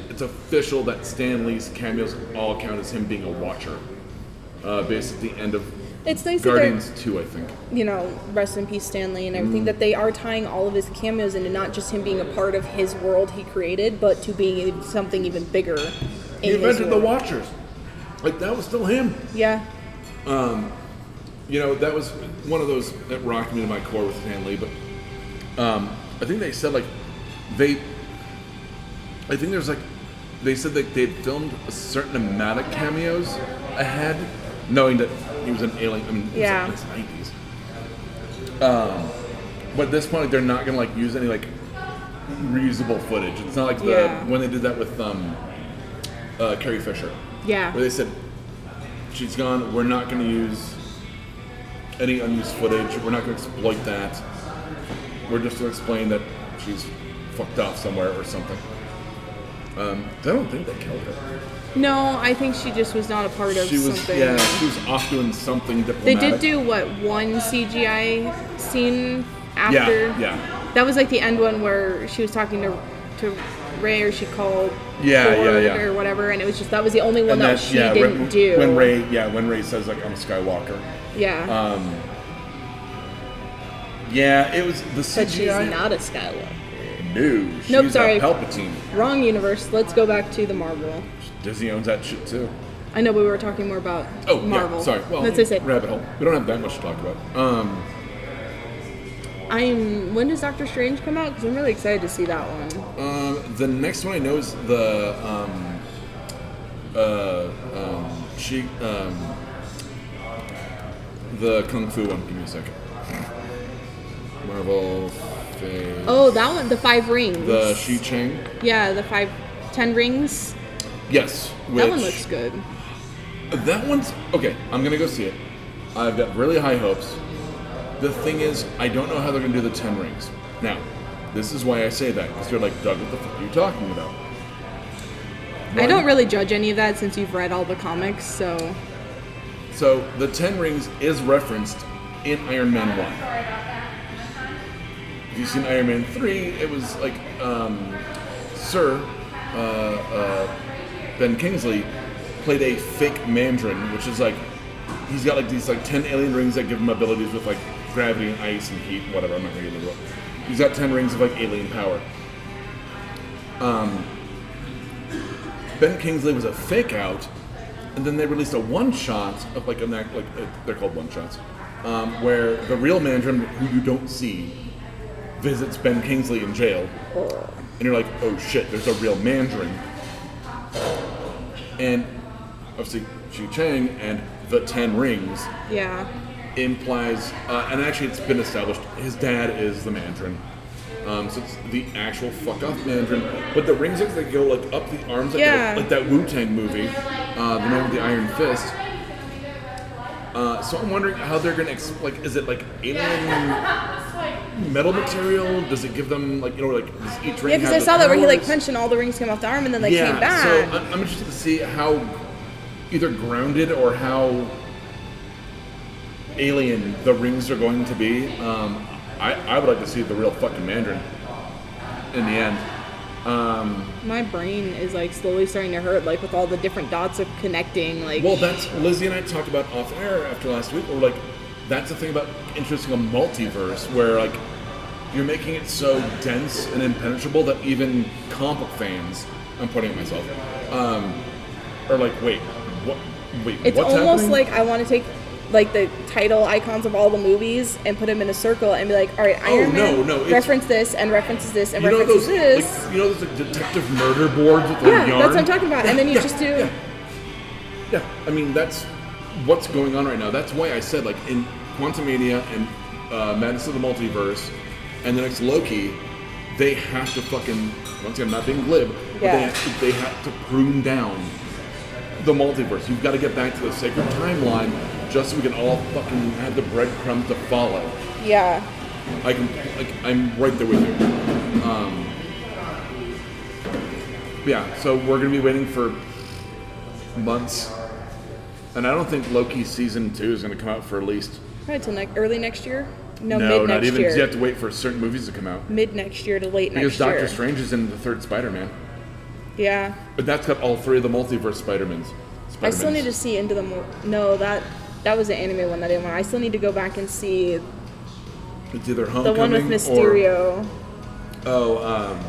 Speaker 1: It's official that Stanley's cameos all count as him being a Watcher. Uh, based at the end of
Speaker 2: It's nice that they're
Speaker 1: Guardians Two, I think.
Speaker 2: you know, rest in peace, Stanley, and
Speaker 1: Mm.
Speaker 2: everything, that they are tying all of his cameos into not just him being a part of his world he created, but to being something even bigger.
Speaker 1: He
Speaker 2: in his
Speaker 1: invented the
Speaker 2: world.
Speaker 1: Watchers. Like that was still him.
Speaker 2: Yeah.
Speaker 1: you know, that was one of those that rocked me to my core with Stan Lee. But um, I think they said like they, I think there's like they said that they filmed a certain amount of cameos ahead, knowing that he was an alien. I mean, he
Speaker 2: Yeah.
Speaker 1: was like in his 90s. Um, but at this point, they're not gonna like use any like reusable footage. It's not like the
Speaker 2: Yeah.
Speaker 1: when they did that with um, uh, Carrie Fisher
Speaker 2: Yeah.
Speaker 1: where they said she's gone. We're not going to use any unused footage. We're not going to exploit that. We're just going to explain that she's fucked off somewhere or something. Um, I don't think they killed her.
Speaker 2: No, I think she just was not a part of
Speaker 1: She was
Speaker 2: something.
Speaker 1: yeah, she was off doing something diplomatic.
Speaker 2: They did do what one CGI scene after.
Speaker 1: yeah.
Speaker 2: That was like the end one where she was talking to to Ray or she called
Speaker 1: Yeah, yeah,
Speaker 2: Ford
Speaker 1: yeah.
Speaker 2: or whatever, and it was just that was the only one
Speaker 1: and
Speaker 2: that,
Speaker 1: that's
Speaker 2: she
Speaker 1: yeah
Speaker 2: didn't
Speaker 1: when,
Speaker 2: do.
Speaker 1: when Ray yeah when Ray says like I'm a Skywalker.
Speaker 2: yeah,
Speaker 1: Um, yeah, it was the
Speaker 2: but she's
Speaker 1: CGI.
Speaker 2: not a Skywalker.
Speaker 1: no, she's
Speaker 2: Nope, sorry.
Speaker 1: a Palpatine.
Speaker 2: Wrong universe. Let's go back to the Marvel.
Speaker 1: Disney owns that shit too.
Speaker 2: I know, but we were talking more about
Speaker 1: Oh,
Speaker 2: Marvel.
Speaker 1: yeah. Sorry. Well,
Speaker 2: That's what I said.
Speaker 1: rabbit hole. We don't have that much to talk about. Um,
Speaker 2: I'm. When does Doctor Strange come out? Because I'm really excited to see that one.
Speaker 1: um, the next one I know is the um, uh, um, she um, the kung fu one. Give me a second. Marvel. Phase.
Speaker 2: Oh, that one. The Five Rings.
Speaker 1: The Shi Chang.
Speaker 2: yeah, the five, ten rings.
Speaker 1: Yes.
Speaker 2: that one
Speaker 1: which-
Speaker 2: looks good.
Speaker 1: That one's okay. I'm gonna go see it. I've got really high hopes. The thing is, I don't know how they're gonna do the Ten Rings. Now, this is why I say that because you're like, Doug, what the fuck are you talking about?
Speaker 2: I
Speaker 1: One-
Speaker 2: don't really judge any of that since you've read all the comics, so
Speaker 1: So the Ten Rings is referenced in Iron Man One. If you've seen Iron Man Three, it was like um, Sir uh, uh, Ben Kingsley played a fake Mandarin, which is like he's got like these like ten alien rings that give him abilities with like gravity and ice and heat, whatever. I'm not reading the book. He's got ten rings of like alien power. Ben Kingsley was a fake out, and then they released a one shot of like an act, like uh, they're called one shots, um, where the real Mandarin, who you don't see, visits Ben Kingsley in jail, and you're like, oh shit, there's a real Mandarin, and obviously Xu Chang and the Ten Rings
Speaker 2: yeah.
Speaker 1: implies, uh, and actually it's been established, his dad is the Mandarin. Um, so it's the actual fuck off Mandarin, but the rings look like they go like up the arms, like,
Speaker 2: Yeah.
Speaker 1: like that Wu Tang movie, uh, the man with the iron fist. Uh, so I'm wondering how they're gonna exp- like, is it like alien metal material? Does it give them like you know like does each ring?
Speaker 2: Yeah, because
Speaker 1: have
Speaker 2: I
Speaker 1: the
Speaker 2: saw that where he like
Speaker 1: powers?
Speaker 2: punched and all the rings came off the arm and then they
Speaker 1: yeah,
Speaker 2: came back.
Speaker 1: so uh, I- I'm interested to see how either grounded or how alien the rings are going to be. Um, I, I would like to see the real fucking Mandarin in the end. Um,
Speaker 2: My brain is like slowly starting to hurt, like with all the different dots of connecting. Like,
Speaker 1: well, that's Lizzie and I talked about off air after last week. We're like, that's the thing about introducing a multiverse where like you're making it so dense and impenetrable that even comic book fans, I'm putting myself, um, are like, wait, what? Wait,
Speaker 2: it's
Speaker 1: what's
Speaker 2: almost
Speaker 1: happening?
Speaker 2: like I want to take like the title icons of all the movies and put them in a circle and be like, all right, Iron
Speaker 1: Oh, no,
Speaker 2: Man
Speaker 1: no, it's-
Speaker 2: reference this and references this and
Speaker 1: you know
Speaker 2: references
Speaker 1: those
Speaker 2: this.
Speaker 1: like, you know those like detective murder boards with
Speaker 2: yeah,
Speaker 1: their yarn.
Speaker 2: that's what I'm talking about. And then you
Speaker 1: Yeah,
Speaker 2: just do.
Speaker 1: yeah. Yeah, I mean that's what's going on right now. That's why I said like in Quantum Mania and uh, Madness of the Multiverse, and the next Loki, they have to fucking once again not being glib, but
Speaker 2: Yeah.
Speaker 1: they have to, they have to prune down the multiverse. You've got to get back to the sacred timeline just so we can all fucking have the breadcrumb to follow.
Speaker 2: yeah.
Speaker 1: I can, like, I'm right there with you. Um, yeah, so we're gonna be waiting for months, and I don't think Loki season two is gonna come out for at least
Speaker 2: Probably till ne- early next year. No, mid
Speaker 1: not
Speaker 2: next
Speaker 1: even. 'cause You
Speaker 2: year.
Speaker 1: have to wait for certain movies to come out
Speaker 2: Mid next year to late
Speaker 1: because
Speaker 2: next
Speaker 1: Doctor
Speaker 2: year.
Speaker 1: Strange is in the third Spider-Man,
Speaker 2: Yeah.
Speaker 1: but that's got all three of the multiverse Spider-Mans.
Speaker 2: I still
Speaker 1: Spider-Mans.
Speaker 2: need to see into the Mor- no that that was the anime one that I didn't want. I still need to go back and see
Speaker 1: It's either
Speaker 2: the
Speaker 1: Homecoming
Speaker 2: one with
Speaker 1: Or,
Speaker 2: Mysterio,
Speaker 1: oh, um,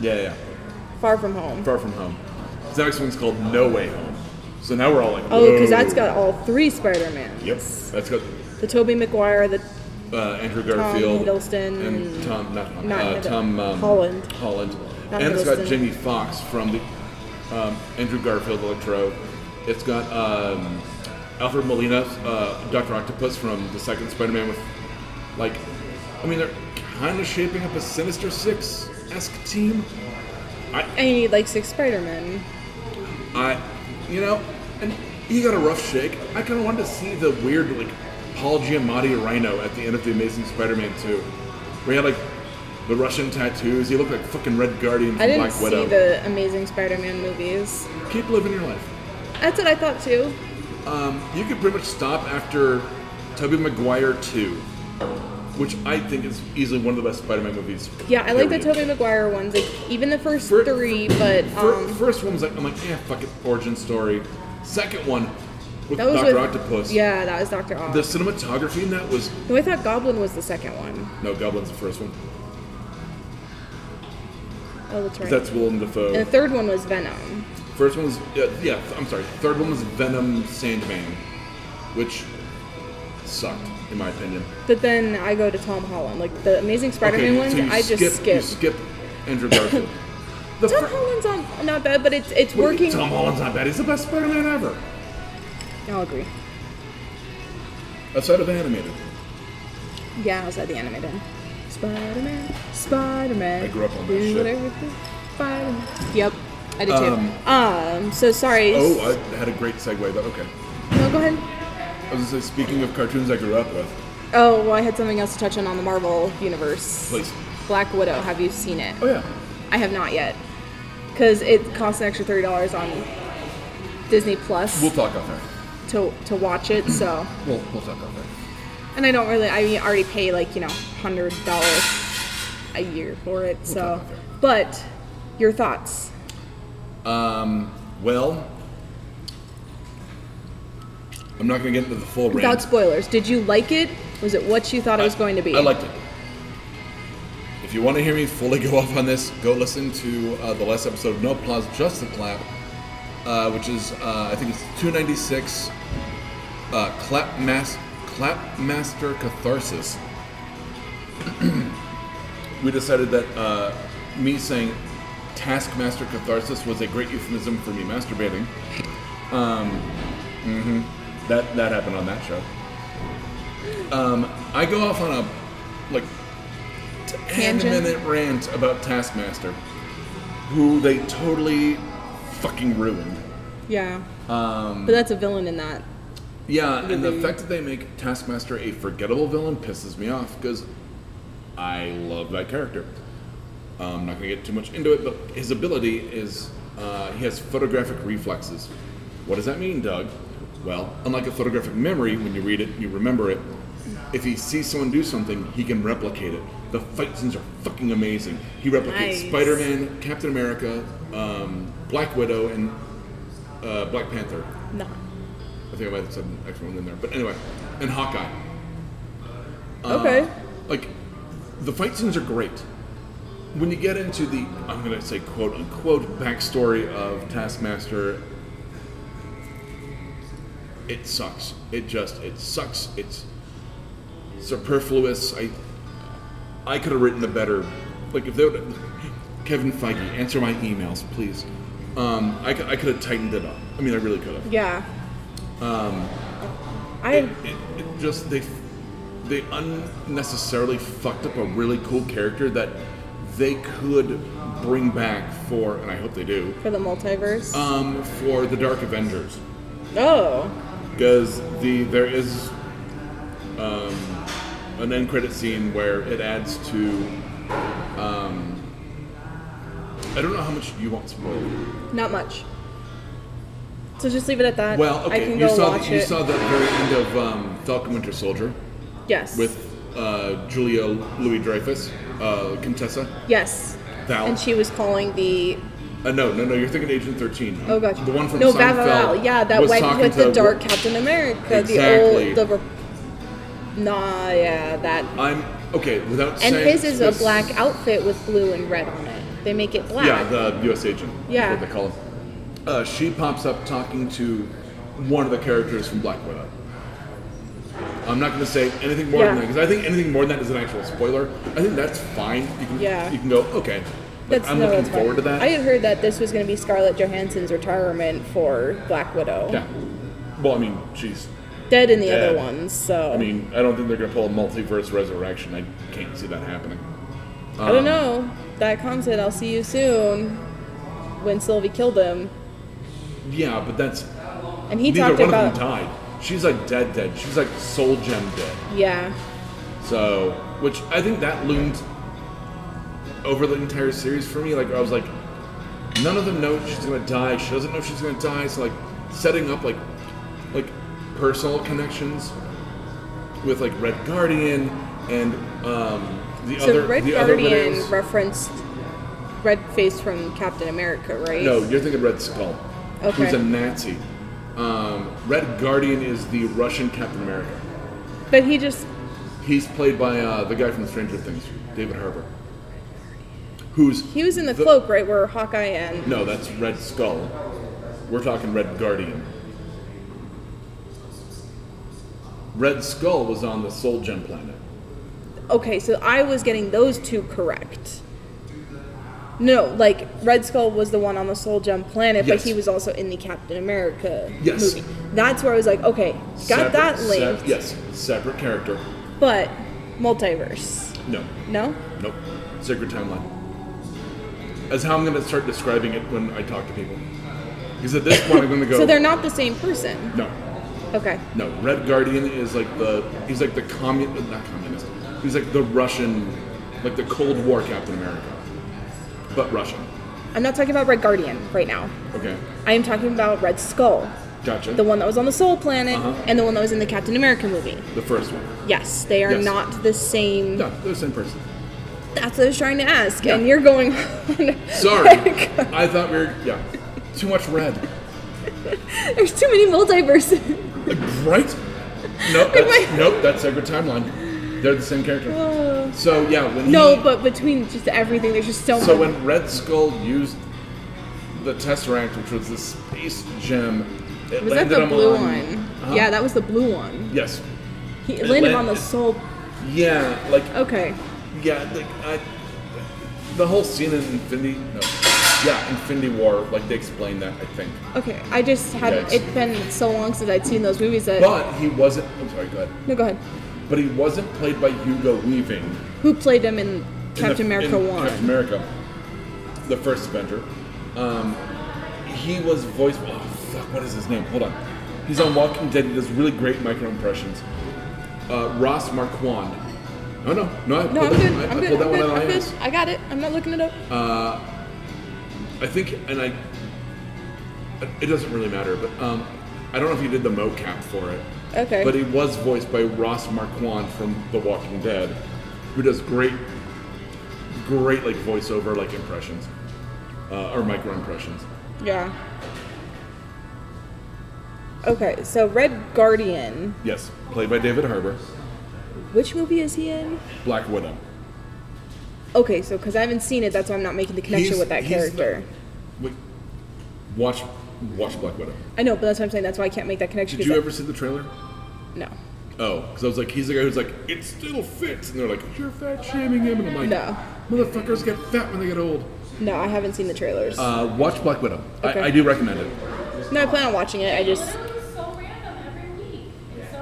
Speaker 1: yeah, yeah.
Speaker 2: Far From Home.
Speaker 1: Far from Home. The next one's called No Way Home. So now we're all like,
Speaker 2: Oh, because
Speaker 1: whoa.
Speaker 2: that's got all three Spider Mans.
Speaker 1: Yep. That's got
Speaker 2: The Tobey Maguire, the
Speaker 1: uh, Andrew Garfield,
Speaker 2: Hiddleston,
Speaker 1: and Tom, not Tom,
Speaker 2: not
Speaker 1: uh,
Speaker 2: Hiddle-
Speaker 1: Tom um,
Speaker 2: Holland.
Speaker 1: Holland,
Speaker 2: Not
Speaker 1: and it's got
Speaker 2: Hiddleston.
Speaker 1: Jamie Foxx from the um, Andrew Garfield Electro. It's got um, Alfred Molina, uh, Doctor Octopus from the second Spider-Man with, like, I mean, they're kind of shaping up a Sinister Six-esque team.
Speaker 2: and you need like six Spider Men.
Speaker 1: I, you know, and he got a rough shake. I kind of wanted to see the weird, like, Paul Giamatti Rhino at the end of The Amazing Spider-Man 2, where he had, like, the Russian tattoos. He looked like fucking Red Guardian from
Speaker 2: I didn't
Speaker 1: Black
Speaker 2: see
Speaker 1: Widow.
Speaker 2: the Amazing Spider-Man movies.
Speaker 1: Keep living your life.
Speaker 2: That's what I thought too.
Speaker 1: Um, you could pretty much stop after Tobey Maguire 2, which I think is easily one of the best Spider-Man movies.
Speaker 2: Yeah, I like the
Speaker 1: period.
Speaker 2: Tobey Maguire ones, like even the first
Speaker 1: For-
Speaker 2: three. But
Speaker 1: Fir-
Speaker 2: um,
Speaker 1: first one was like, I'm like, yeah, fuck it, origin story. Second one with
Speaker 2: that was
Speaker 1: Doctor
Speaker 2: with,
Speaker 1: Octopus.
Speaker 2: Yeah, that was Doctor Oct.
Speaker 1: The cinematography in that was
Speaker 2: no, I thought Goblin was the second one.
Speaker 1: no Goblin's the first one.
Speaker 2: Oh, that's right. Uh,
Speaker 1: That's Willem
Speaker 2: and the
Speaker 1: Dafoe.
Speaker 2: third one was Venom.
Speaker 1: First one was yeah, yeah, I'm sorry. Third one was Venom Sandman, which sucked in my opinion.
Speaker 2: But then I go to Tom Holland, like the Amazing Spider-Man
Speaker 1: okay,
Speaker 2: ones.
Speaker 1: so you
Speaker 2: I
Speaker 1: skip,
Speaker 2: just skip.
Speaker 1: You skip Andrew Garfield. the
Speaker 2: Tom
Speaker 1: fir-
Speaker 2: Holland's on, not bad, but it's it's
Speaker 1: What do you mean
Speaker 2: working.
Speaker 1: Tom Holland's not bad. He's the best Spider-Man ever,
Speaker 2: I'll agree.
Speaker 1: outside of animated.
Speaker 2: Yeah, I was at the animated. Spider-Man, Spider-Man.
Speaker 1: I grew up on that
Speaker 2: do
Speaker 1: shit.
Speaker 2: whatever you do, Spider-Man. Yep, I did
Speaker 1: Um,
Speaker 2: too. Um, so sorry.
Speaker 1: Oh, I had a great segue, but okay.
Speaker 2: no, go ahead.
Speaker 1: I was gonna say, speaking of cartoons I grew up with,
Speaker 2: Oh, well, I had something else to touch on on the Marvel universe.
Speaker 1: Please.
Speaker 2: Black Widow. Have you seen it?
Speaker 1: oh yeah,
Speaker 2: I have not yet, because it costs an extra thirty dollars on Disney Plus
Speaker 1: we'll talk off there.
Speaker 2: to to watch it. So,
Speaker 1: We'll, we'll talk off there.
Speaker 2: and I don't really. I mean, I already pay like you know hundred dollars a year for it.
Speaker 1: talk
Speaker 2: So,
Speaker 1: about that.
Speaker 2: but your thoughts?
Speaker 1: Um, well, I'm not gonna get into the full range.
Speaker 2: Without spoilers, did you like it? Was it what you thought it was going to be?
Speaker 1: I liked it. If you want to hear me fully go off on this, go listen to uh, the last episode of No Applause, Just the Clap, uh, which is uh, I think it's 296 uh, Clap Mas- Clap Master Catharsis. we decided that uh, me saying Taskmaster Catharsis was a great euphemism for me masturbating. Um, mhm. That that happened on that show. Um, I go off on a like ten
Speaker 2: Tangent?
Speaker 1: minute rant about Taskmaster, who they totally fucking ruined.
Speaker 2: Yeah. Um, but that's a villain in that.
Speaker 1: Yeah, and the
Speaker 2: Mhm.
Speaker 1: fact that they make Taskmaster a forgettable villain pisses me off because I love that character. Um, I'm not going to get too much into it, but his ability is uh, he has photographic reflexes. What does that mean, Doug? Well, unlike a photographic memory, when you read it, you remember it. If he sees someone do something, he can replicate it. The fight scenes are fucking amazing. He replicates
Speaker 2: Nice.
Speaker 1: Spider-Man, Captain America, um, Black Widow, and uh, Black Panther.
Speaker 2: No.
Speaker 1: I think I might have said an extra one in there. But anyway, and Hawkeye. Uh,
Speaker 2: okay.
Speaker 1: Like, the fight scenes are great. When you get into the, I'm going to say quote unquote, backstory of Taskmaster, it sucks. It just, it sucks. It's superfluous. I I could have written a better, like, if they would, Kevin Feige, answer my emails, please. Um, I, cou- I could have tightened it up. I mean, I really could have.
Speaker 2: Yeah. Um, I
Speaker 1: it, it, it just they they unnecessarily fucked up a really cool character that they could bring back for and I hope they do
Speaker 2: for the multiverse.
Speaker 1: um for the Dark Avengers
Speaker 2: oh,
Speaker 1: because the there is um an end credit scene where it adds to um I don't know how much you want spoiled.
Speaker 2: not much. So just leave it at that.
Speaker 1: Well,
Speaker 2: I
Speaker 1: okay,
Speaker 2: can
Speaker 1: you
Speaker 2: go
Speaker 1: saw
Speaker 2: watch
Speaker 1: the, you
Speaker 2: it.
Speaker 1: saw that very end of um, Falcon Winter Soldier.
Speaker 2: yes.
Speaker 1: with uh, Julia Louis Dreyfus, uh, Contessa.
Speaker 2: yes.
Speaker 1: Val.
Speaker 2: And she was calling the
Speaker 1: uh, no, no, no. You're thinking Agent 13.
Speaker 2: oh gotcha
Speaker 1: The one from
Speaker 2: no Val
Speaker 1: Seinfeld.
Speaker 2: Val yeah that
Speaker 1: was
Speaker 2: went
Speaker 1: talking
Speaker 2: with the
Speaker 1: to-
Speaker 2: dark Captain America
Speaker 1: Exactly.
Speaker 2: the old the re- nah yeah that
Speaker 1: I'm okay without.
Speaker 2: and
Speaker 1: saying
Speaker 2: his is a
Speaker 1: spec-
Speaker 2: black outfit with blue and red on it they make it black
Speaker 1: Yeah, the U.S. Agent. is
Speaker 2: Yeah.
Speaker 1: What they call him. Uh, she pops up talking to one of the characters from Black Widow. I'm not going to say anything more than
Speaker 2: Yeah.
Speaker 1: that because I think anything more than that is an actual spoiler. I think that's fine. You can
Speaker 2: Yeah.
Speaker 1: you can go okay. Like, I'm
Speaker 2: no,
Speaker 1: looking
Speaker 2: that's fine.
Speaker 1: forward to that.
Speaker 2: I had heard that this was going to be Scarlett Johansson's retirement for Black Widow.
Speaker 1: yeah. Well, I mean, she's
Speaker 2: Dead in the other
Speaker 1: Dead.
Speaker 2: ones, so
Speaker 1: I mean, I don't think they're gonna pull a multiverse resurrection. I can't see that happening.
Speaker 2: I
Speaker 1: um,
Speaker 2: don't know. That com said, "I'll see you soon." When Sylvie killed him,
Speaker 1: Yeah, but that's
Speaker 2: and he
Speaker 1: neither
Speaker 2: talked
Speaker 1: one
Speaker 2: about
Speaker 1: of them died. She's like dead, dead. She's like soul gem dead.
Speaker 2: yeah,
Speaker 1: So, which I think that loomed over the entire series for me. Like I was like, none of them know she's gonna die. She doesn't know she's gonna die. So like setting up like like personal connections with like Red Guardian and um, the
Speaker 2: So
Speaker 1: other
Speaker 2: Red
Speaker 1: the other
Speaker 2: Guardian
Speaker 1: widows.
Speaker 2: referenced Red Face from Captain America, right?
Speaker 1: No, you're thinking Red Skull.
Speaker 2: Okay.
Speaker 1: Who's a Nazi? Um, Red Guardian is the Russian Captain America.
Speaker 2: But he just
Speaker 1: He's played by uh, the guy from Stranger Things, David Harbour. Who's
Speaker 2: he was in the,
Speaker 1: The-
Speaker 2: cloak, right, where Hawkeye and
Speaker 1: no? That's Red Skull. We're talking Red Guardian. Red Skull was on the Soul Gem planet.
Speaker 2: Okay, so I was getting those two correct. No, like Red Skull was the one on the Soul Gem planet,
Speaker 1: Yes.
Speaker 2: but he was also in the Captain America
Speaker 1: Yes.
Speaker 2: movie. That's where I was like, okay,
Speaker 1: Separate-
Speaker 2: got that
Speaker 1: sep-
Speaker 2: linked,
Speaker 1: yes, separate character.
Speaker 2: but multiverse.
Speaker 1: No,
Speaker 2: No?
Speaker 1: nope. Sacred timeline. As how I'm going to start describing it when I talk to people. Because at this point, I'm going to go.
Speaker 2: So they're not the same person.
Speaker 1: no.
Speaker 2: Okay.
Speaker 1: No, Red Guardian is like the he's like the commun uh, not communist. He's like the Russian, like the Cold War Captain America, but Russian.
Speaker 2: I'm not talking about Red Guardian right now.
Speaker 1: Okay,
Speaker 2: I am talking about Red Skull,
Speaker 1: gotcha.
Speaker 2: the one that was on the Soul planet
Speaker 1: Uh-huh.
Speaker 2: and the one that was in the Captain America movie.
Speaker 1: The first one.
Speaker 2: Yes, they are
Speaker 1: Yes.
Speaker 2: not the same.
Speaker 1: No, they're the same person.
Speaker 2: That's what I was trying to ask, and
Speaker 1: Yeah.
Speaker 2: you're going on.
Speaker 1: Sorry,
Speaker 2: like,
Speaker 1: I thought we were yeah, too much red,
Speaker 2: There's too many multiverses.
Speaker 1: like, right? No,
Speaker 2: my-
Speaker 1: that's, nope, that's sacred timeline. They're the same character. So yeah, when
Speaker 2: Oh. no,
Speaker 1: he,
Speaker 2: but between just everything, there's just so,
Speaker 1: So
Speaker 2: much.
Speaker 1: when Red Skull used the Tesseract, which was the space gem, it
Speaker 2: Was that
Speaker 1: landed
Speaker 2: the
Speaker 1: him
Speaker 2: blue
Speaker 1: on-
Speaker 2: one?
Speaker 1: Huh?
Speaker 2: Yeah, that was the blue one.
Speaker 1: Yes.
Speaker 2: He
Speaker 1: It
Speaker 2: landed
Speaker 1: land-
Speaker 2: on the soul.
Speaker 1: Yeah, like
Speaker 2: Okay.
Speaker 1: yeah, like I, the whole scene in Infinity, no, yeah, Infinity War, like they explained that I think.
Speaker 2: Okay. I just had
Speaker 1: Yikes.
Speaker 2: it's been so long since I'd seen those movies that.
Speaker 1: But he wasn't. I'm sorry, go ahead.
Speaker 2: no, go ahead.
Speaker 1: But he wasn't played by Hugo Weaving. in
Speaker 2: Who played him in
Speaker 1: the-
Speaker 2: Captain America
Speaker 1: in
Speaker 2: One?
Speaker 1: Captain America, the first Avenger. Um, he was voiced. Oh fuck, what is his name? Hold on. He's on Walking Dead. He does really great micro impressions. Uh, Ross Marquand. No, no, no. I
Speaker 2: no,
Speaker 1: pulled that-
Speaker 2: I'm good.
Speaker 1: I- I
Speaker 2: I'm good.
Speaker 1: pulled Oh, that one
Speaker 2: I'm good.
Speaker 1: out of
Speaker 2: I'm
Speaker 1: my
Speaker 2: good.
Speaker 1: ass.
Speaker 2: I got it. I'm not looking it up.
Speaker 1: I think, and I, it doesn't really matter, but um, I don't know if he did the mocap for it.
Speaker 2: Okay.
Speaker 1: Uh, But he was voiced by Ross Marquand from The Walking Dead, who does great, great like voiceover like impressions, uh, or micro impressions.
Speaker 2: yeah. Okay, so Red Guardian.
Speaker 1: Yes, played by David Harbour,
Speaker 2: Which movie is he in?
Speaker 1: Black Widow.
Speaker 2: Okay, so because I haven't seen it, that's why I'm not making the connection
Speaker 1: He's-
Speaker 2: with that
Speaker 1: he's the-
Speaker 2: character.
Speaker 1: Wait, watch, watch Black Widow.
Speaker 2: I know, but that's what I'm saying. That's why I can't make that connection.
Speaker 1: Did
Speaker 2: 'cause
Speaker 1: you
Speaker 2: I-
Speaker 1: ever see the trailer?
Speaker 2: No,
Speaker 1: Oh, because I was like, he's the guy who's like, it still fits, and they're like, you're fat shaming him, and I'm like,
Speaker 2: No.
Speaker 1: motherfuckers get fat when they get old.
Speaker 2: no, I haven't seen the trailers.
Speaker 1: Uh, watch Black Widow.
Speaker 2: Okay.
Speaker 1: I, I do recommend it.
Speaker 2: no, I plan on watching it. I just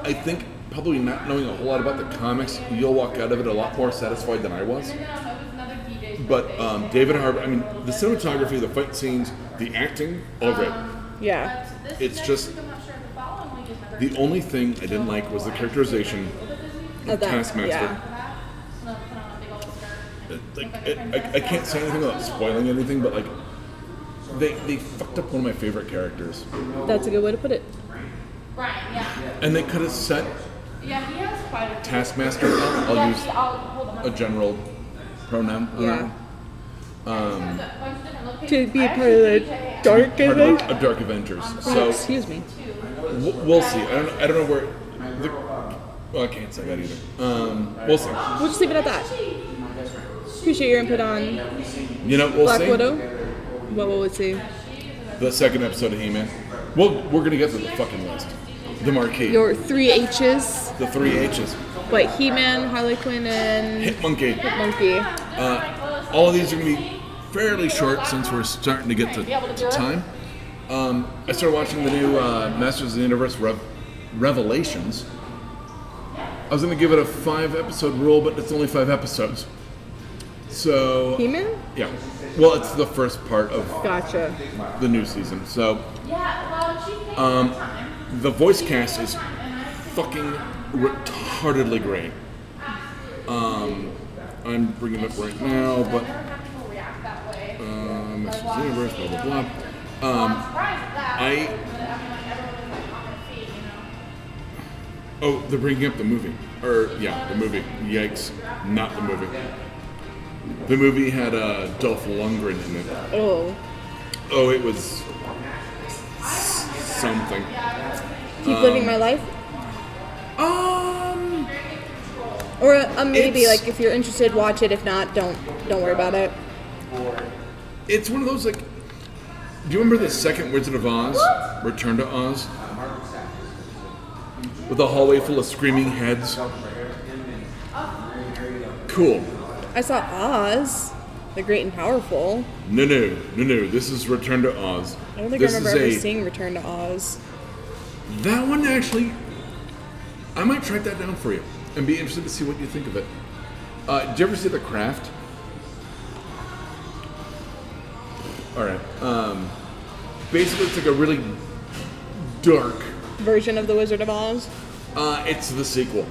Speaker 1: I think probably not knowing a whole lot about the comics, you'll walk out of it a lot more satisfied than I was. But um, David Harbour, I mean, the cinematography, the fight scenes, the acting, all of it.
Speaker 2: yeah.
Speaker 1: It's just the only thing I didn't like was the characterization
Speaker 2: Of that,
Speaker 1: Taskmaster.
Speaker 2: yeah.
Speaker 1: like it, I, I can't say anything without spoiling anything, but like they they fucked up one of my favorite characters,
Speaker 2: That's a good way to put it.
Speaker 3: Brian, yeah.
Speaker 1: and they could have set
Speaker 3: Yeah, he has quite a few.
Speaker 1: Taskmaster. I'll
Speaker 3: Yeah,
Speaker 1: use
Speaker 3: he- I'll- hold on.
Speaker 1: a general pronoun. on that
Speaker 2: Yeah.
Speaker 1: one.
Speaker 3: There's a bunch of
Speaker 2: To
Speaker 3: different locations.
Speaker 2: be
Speaker 3: I
Speaker 2: a part of
Speaker 3: actually think
Speaker 2: the
Speaker 3: I-
Speaker 2: dark
Speaker 1: Part
Speaker 2: event.
Speaker 1: of, of Dark Avengers.
Speaker 2: Oh,
Speaker 1: So
Speaker 2: excuse me.
Speaker 1: w- we'll see. I don't I don't know where. The, well, I can't say that either. Um, we'll see.
Speaker 2: We'll just leave it at that. Appreciate your input on
Speaker 1: You know, we'll
Speaker 2: Black
Speaker 1: see.
Speaker 2: Widow. What will we see?
Speaker 1: The second episode of He-Man. Well, we're gonna get to the fucking list. The marquee.
Speaker 2: Your three H's,
Speaker 1: the three H's.
Speaker 2: what He-Man, Harley Quinn, and
Speaker 1: Hit Monkey.
Speaker 2: Monkey.
Speaker 1: Uh, all of these are going to be fairly short since we're starting to get to, to time. Um, I started watching the new uh, Masters of the Universe Rev- Revelations. I was going to give it a five episode rule, but it's only five episodes. So,
Speaker 2: He-Man.
Speaker 1: yeah. Well, it's the first part of
Speaker 2: Gotcha.
Speaker 1: the new season. So,
Speaker 3: Yeah, well, she thinks
Speaker 1: um, the voice cast is fucking retardedly great. Um, I'm bringing it up right now, but Uh.
Speaker 3: um,
Speaker 1: Masters of the Universe, blah, blah, blah.
Speaker 3: Um,
Speaker 1: I- oh, they're bringing up the movie. Or yeah, the movie. Yikes! Not the movie. The movie had uh, Dolph Lundgren in it.
Speaker 2: Oh,
Speaker 1: Oh, it was s- something.
Speaker 2: keep living my life.
Speaker 1: Um,
Speaker 2: Or uh, maybe
Speaker 1: It's-
Speaker 2: like if you're interested, watch it. If not, don't don't worry about it.
Speaker 1: it's one of those like. Do you remember the second Wizard of Oz, Return to Oz, with a hallway full of screaming heads? Cool.
Speaker 2: I saw Oz, the Great and Powerful.
Speaker 1: No, no, no, no. This is Return to Oz.
Speaker 2: I don't think
Speaker 1: this
Speaker 2: I remember ever
Speaker 1: is a
Speaker 2: seeing Return to Oz.
Speaker 1: that one actually. I might track that down for you and be interested to see what you think of it. Uh, did you ever see The Craft? All right. Um, basically, it's like a really dark.
Speaker 2: Version of the Wizard of Oz.
Speaker 1: Uh, it's the sequel.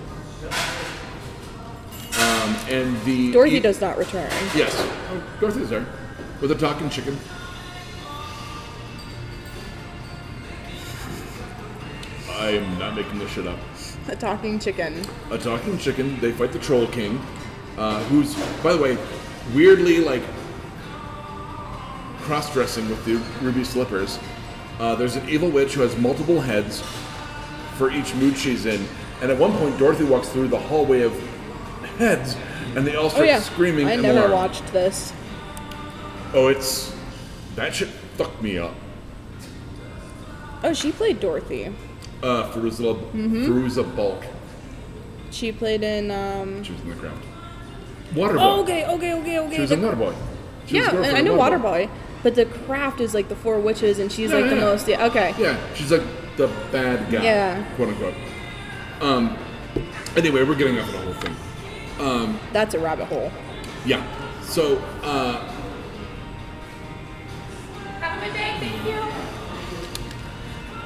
Speaker 1: Um, and the
Speaker 2: Dorothy
Speaker 1: it-
Speaker 2: does not return.
Speaker 1: Yes. Oh, Dorothy's there with a talking chicken. I am not making this shit up.
Speaker 2: A talking chicken.
Speaker 1: A talking chicken. They fight the troll king, uh, who's, by the way, weirdly like cross-dressing with the ruby slippers. Uh, there's an evil witch who has multiple heads for each mood she's in, and at one point Dorothy walks through the hallway of heads, and they all
Speaker 2: Oh
Speaker 1: start
Speaker 2: yeah.
Speaker 1: screaming.
Speaker 2: I
Speaker 1: and
Speaker 2: never
Speaker 1: alarm.
Speaker 2: watched this.
Speaker 1: Oh, it's that shit fucked me up.
Speaker 2: Oh, she played Dorothy.
Speaker 1: Uh, Feruza,
Speaker 2: Mm-hmm.
Speaker 1: Feruza Bulk.
Speaker 2: She played in. um...
Speaker 1: She was in the crowd. Waterboy.
Speaker 2: Oh, okay, okay, okay, okay.
Speaker 1: She was
Speaker 2: the-
Speaker 1: in Waterboy. She was
Speaker 2: yeah,
Speaker 1: girlfriend
Speaker 2: and I
Speaker 1: in
Speaker 2: know Waterboy, but the craft is like the four witches, and she's
Speaker 1: Yeah,
Speaker 2: like the
Speaker 1: yeah.
Speaker 2: most. Yeah, okay.
Speaker 1: Yeah, she's like the bad guy.
Speaker 2: Yeah.
Speaker 1: Quote unquote. Um. Anyway, we're getting off on the whole thing.
Speaker 2: That's a rabbit hole.
Speaker 1: Yeah. So, uh,
Speaker 3: Have a good day, thank you.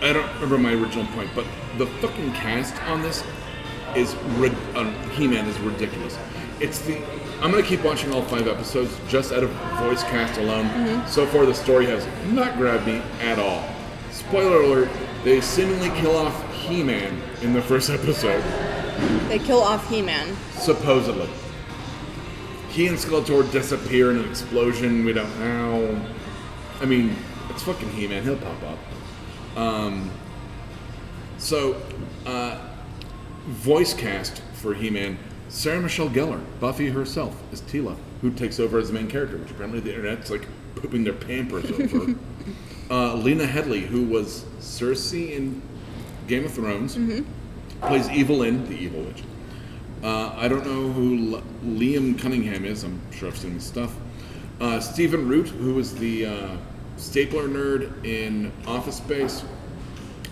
Speaker 1: I don't remember my original point, but the fucking cast on this is rid- on He-Man is ridiculous. It's the I'm gonna keep watching all five episodes just out of voice cast alone. So far, the story has not grabbed me at all. Spoiler alert: They seemingly kill off He-Man in the first episode,
Speaker 2: They kill off He-Man.
Speaker 1: supposedly. He and Skeletor disappear in an explosion. We don't know. I mean, it's fucking He-Man. He'll pop up. Um, so, uh, voice cast for He-Man, Sarah Michelle Gellar, Buffy herself, is Tila, who takes over as the main character, which apparently the internet's like pooping their pampers over. uh, Lena Headley, who was Cersei in Game of Thrones, plays Evelyn, the evil witch. Uh, I don't know who L- Liam Cunningham is. I'm sure I've seen his stuff. Uh, Stephen Root, who was the uh, stapler nerd in Office Space,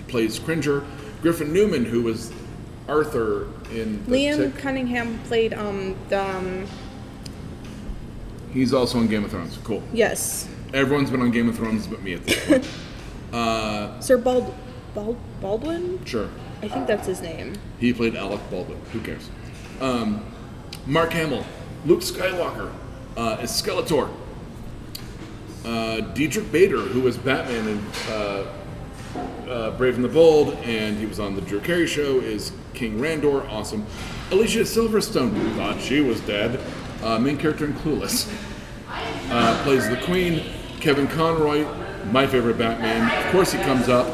Speaker 1: plays Cringer. Griffin Newman, who was Arthur in The
Speaker 2: Liam
Speaker 1: Tick.
Speaker 2: Cunningham played um the um,
Speaker 1: He's also in Game of Thrones. Cool.
Speaker 2: yes
Speaker 1: Everyone's been on Game of Thrones but me at this point. uh,
Speaker 2: Sir Bald, Bald Baldwin.
Speaker 1: sure.
Speaker 2: I think that's his name.
Speaker 1: He played Alec Baldwin. Who cares? Um, Mark Hamill, Luke Skywalker, uh, is Skeletor. Uh, Dietrich Bader, who was Batman in uh, uh, Brave and the Bold, and he was on the Drew Carey Show, is King Randor. Awesome. Alicia Silverstone, thought she was dead. Uh, main character in Clueless. Uh, plays the Queen. Kevin Conroy, my favorite Batman. Of course, he comes up.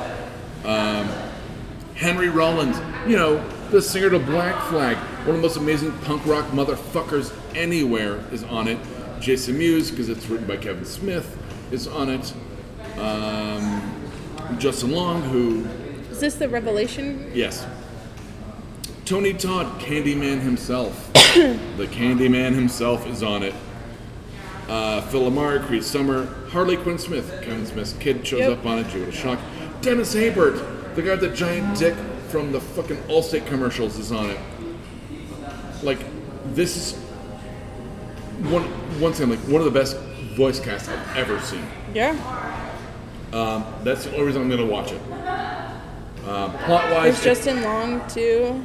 Speaker 1: Henry Rollins, you know, the singer to Black Flag, one of the most amazing punk rock motherfuckers anywhere, is on it. Jason Mewes, because it's written by Kevin Smith, is on it. Um, Justin Long, who,
Speaker 2: Is this the Revelation?
Speaker 1: yes. Tony Todd, Candyman himself. the Candyman himself is on it. Uh, Phil Lamar, Creed Summer, Harley Quinn Smith, Kevin Smith's kid shows
Speaker 2: Yep.
Speaker 1: up on it. You would have shocked. Dennis Haybert, the guy with the giant dick from the fucking Allstate commercials, is on it. Like, this is one once again like one of the best voice casts I've ever seen.
Speaker 2: Yeah,
Speaker 1: Um, that's the only reason I'm gonna watch it. Uh, plot wise,
Speaker 2: there's Justin Long too.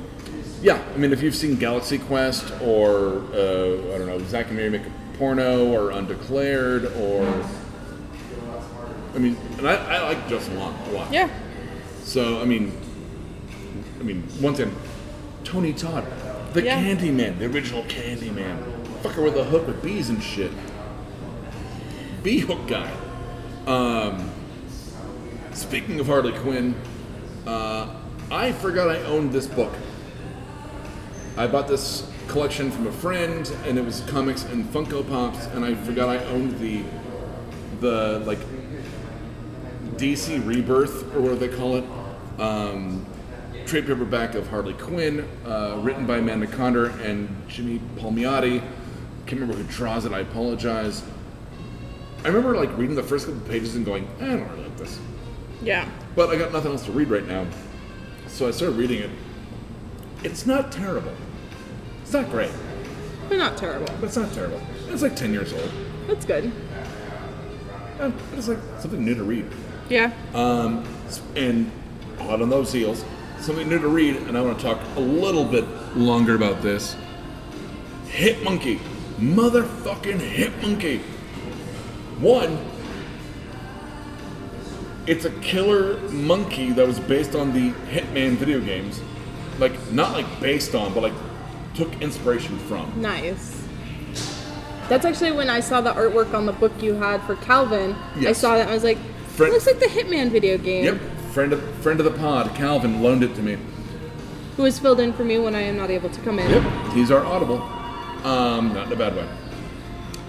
Speaker 1: yeah, I mean, if you've seen Galaxy Quest or uh, I don't know, Zach and Mary make a porno or Undeclared or I mean, and I, I like Justin Long a lot.
Speaker 2: Yeah.
Speaker 1: So I mean, I mean, once in Tony Todd, the
Speaker 2: Yeah.
Speaker 1: Candyman, the original Candyman, fucker with a hook with bees and shit, bee hook guy. Um, speaking of Harley Quinn, uh, I forgot I owned this book. I bought this collection from a friend, and it was comics and Funko Pops, and I forgot I owned the the like DC Rebirth, or what do they call it? Um, trade paperback of Harley Quinn, uh, written by Amanda Conder and Jimmy Palmiotti. Can't remember who draws it. I apologize. I remember like reading the first couple pages and going, "Eh, I don't really like this,
Speaker 2: Yeah.
Speaker 1: but I got nothing else to read right now, so I started reading it. It's not terrible. It's not great,
Speaker 2: But not terrible.
Speaker 1: but it's not terrible. It's like ten years old.
Speaker 2: That's good.
Speaker 1: Eh, but It's like something new to read.
Speaker 2: Yeah.
Speaker 1: Um, and hot on those heels, something new to read, and I want to talk a little bit longer about this. Hit Monkey, motherfucking Hit Monkey. One, it's a killer monkey that was based on the Hitman video games, like not like based on, but like took inspiration from.
Speaker 2: Nice. That's actually when I saw the artwork on the book you had for Calvin. I
Speaker 1: Yes.
Speaker 2: saw that and I was like,
Speaker 1: Fred-
Speaker 2: looks like the Hitman video game.
Speaker 1: Yep, friend of friend of the pod, Calvin loaned it to me.
Speaker 2: Who was filled in for me when I am not able to come in.
Speaker 1: Yep, he's our audible. Um, not in a bad way.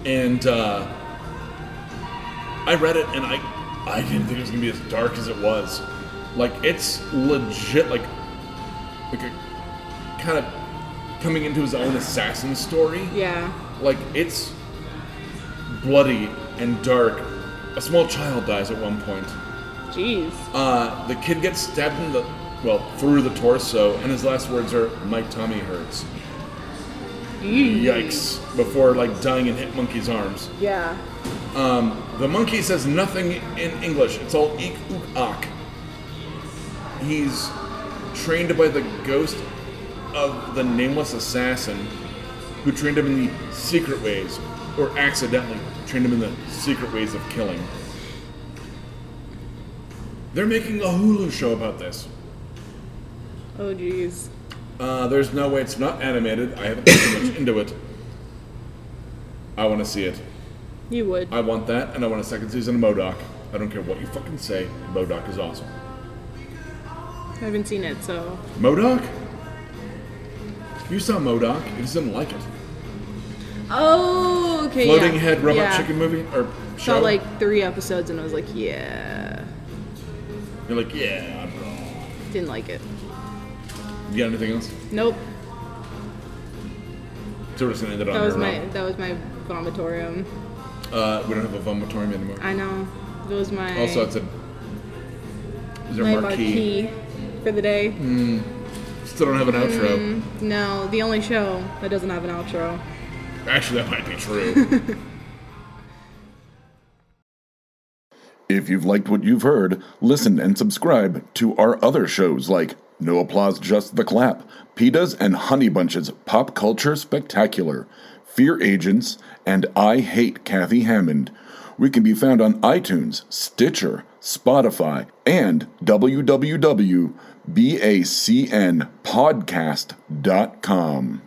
Speaker 1: And uh, I read it, and I I didn't think it was gonna be as dark as it was. Like it's legit, like like a kind of coming into his own assassin story.
Speaker 2: Yeah.
Speaker 1: Like it's bloody and dark. A small child dies at one point.
Speaker 2: Jeez.
Speaker 1: Uh, the kid gets stabbed in the well through the torso, and his last words are, "My tummy hurts."
Speaker 2: Yee.
Speaker 1: Yikes! Before like dying in Hit Monkey's arms.
Speaker 2: Yeah.
Speaker 1: Um, the monkey says nothing in English. It's all eek ook ak. He's trained by the ghost of the nameless assassin, who trained him in the secret ways, or accidentally trained him in the secret ways of killing. They're making a Hulu show about this.
Speaker 2: Oh, jeez.
Speaker 1: Uh, there's no way it's not animated. I haven't looked too much into it. I want to see it.
Speaker 2: You would.
Speaker 1: I want that, and I want a second season of Modoc. I don't care what you fucking say. Modoc is awesome.
Speaker 2: I haven't seen it, so.
Speaker 1: Modoc? You saw Modoc. You just didn't like it.
Speaker 2: Oh, okay.
Speaker 1: Floating
Speaker 2: yeah.
Speaker 1: head robot
Speaker 2: yeah.
Speaker 1: chicken movie or show.
Speaker 2: Saw like three episodes and I was like, yeah.
Speaker 1: You're like, yeah, I'm wrong.
Speaker 2: Didn't like it.
Speaker 1: You got anything else?
Speaker 2: Nope.
Speaker 1: So we're just gonna end it on
Speaker 2: That was
Speaker 1: her
Speaker 2: my
Speaker 1: own.
Speaker 2: that was my vomitorium.
Speaker 1: Uh, we don't have a vomitorium anymore.
Speaker 2: I know. That was my
Speaker 1: also, it's a. Is there
Speaker 2: my
Speaker 1: a marquee? Mm.
Speaker 2: marquee for the day.
Speaker 1: Still don't have an outro.
Speaker 2: Mm. No, the only show that doesn't have an outro.
Speaker 1: Actually, that might be true. if you've liked what you've heard, listen and subscribe to our other shows like No Applause, Just the Clap, PETA's and Honey Bunches Pop Culture Spectacular, Fear Agents, and I Hate Kathy Hammond. We can be found on iTunes, Stitcher, Spotify, and www.bacnpodcast.com.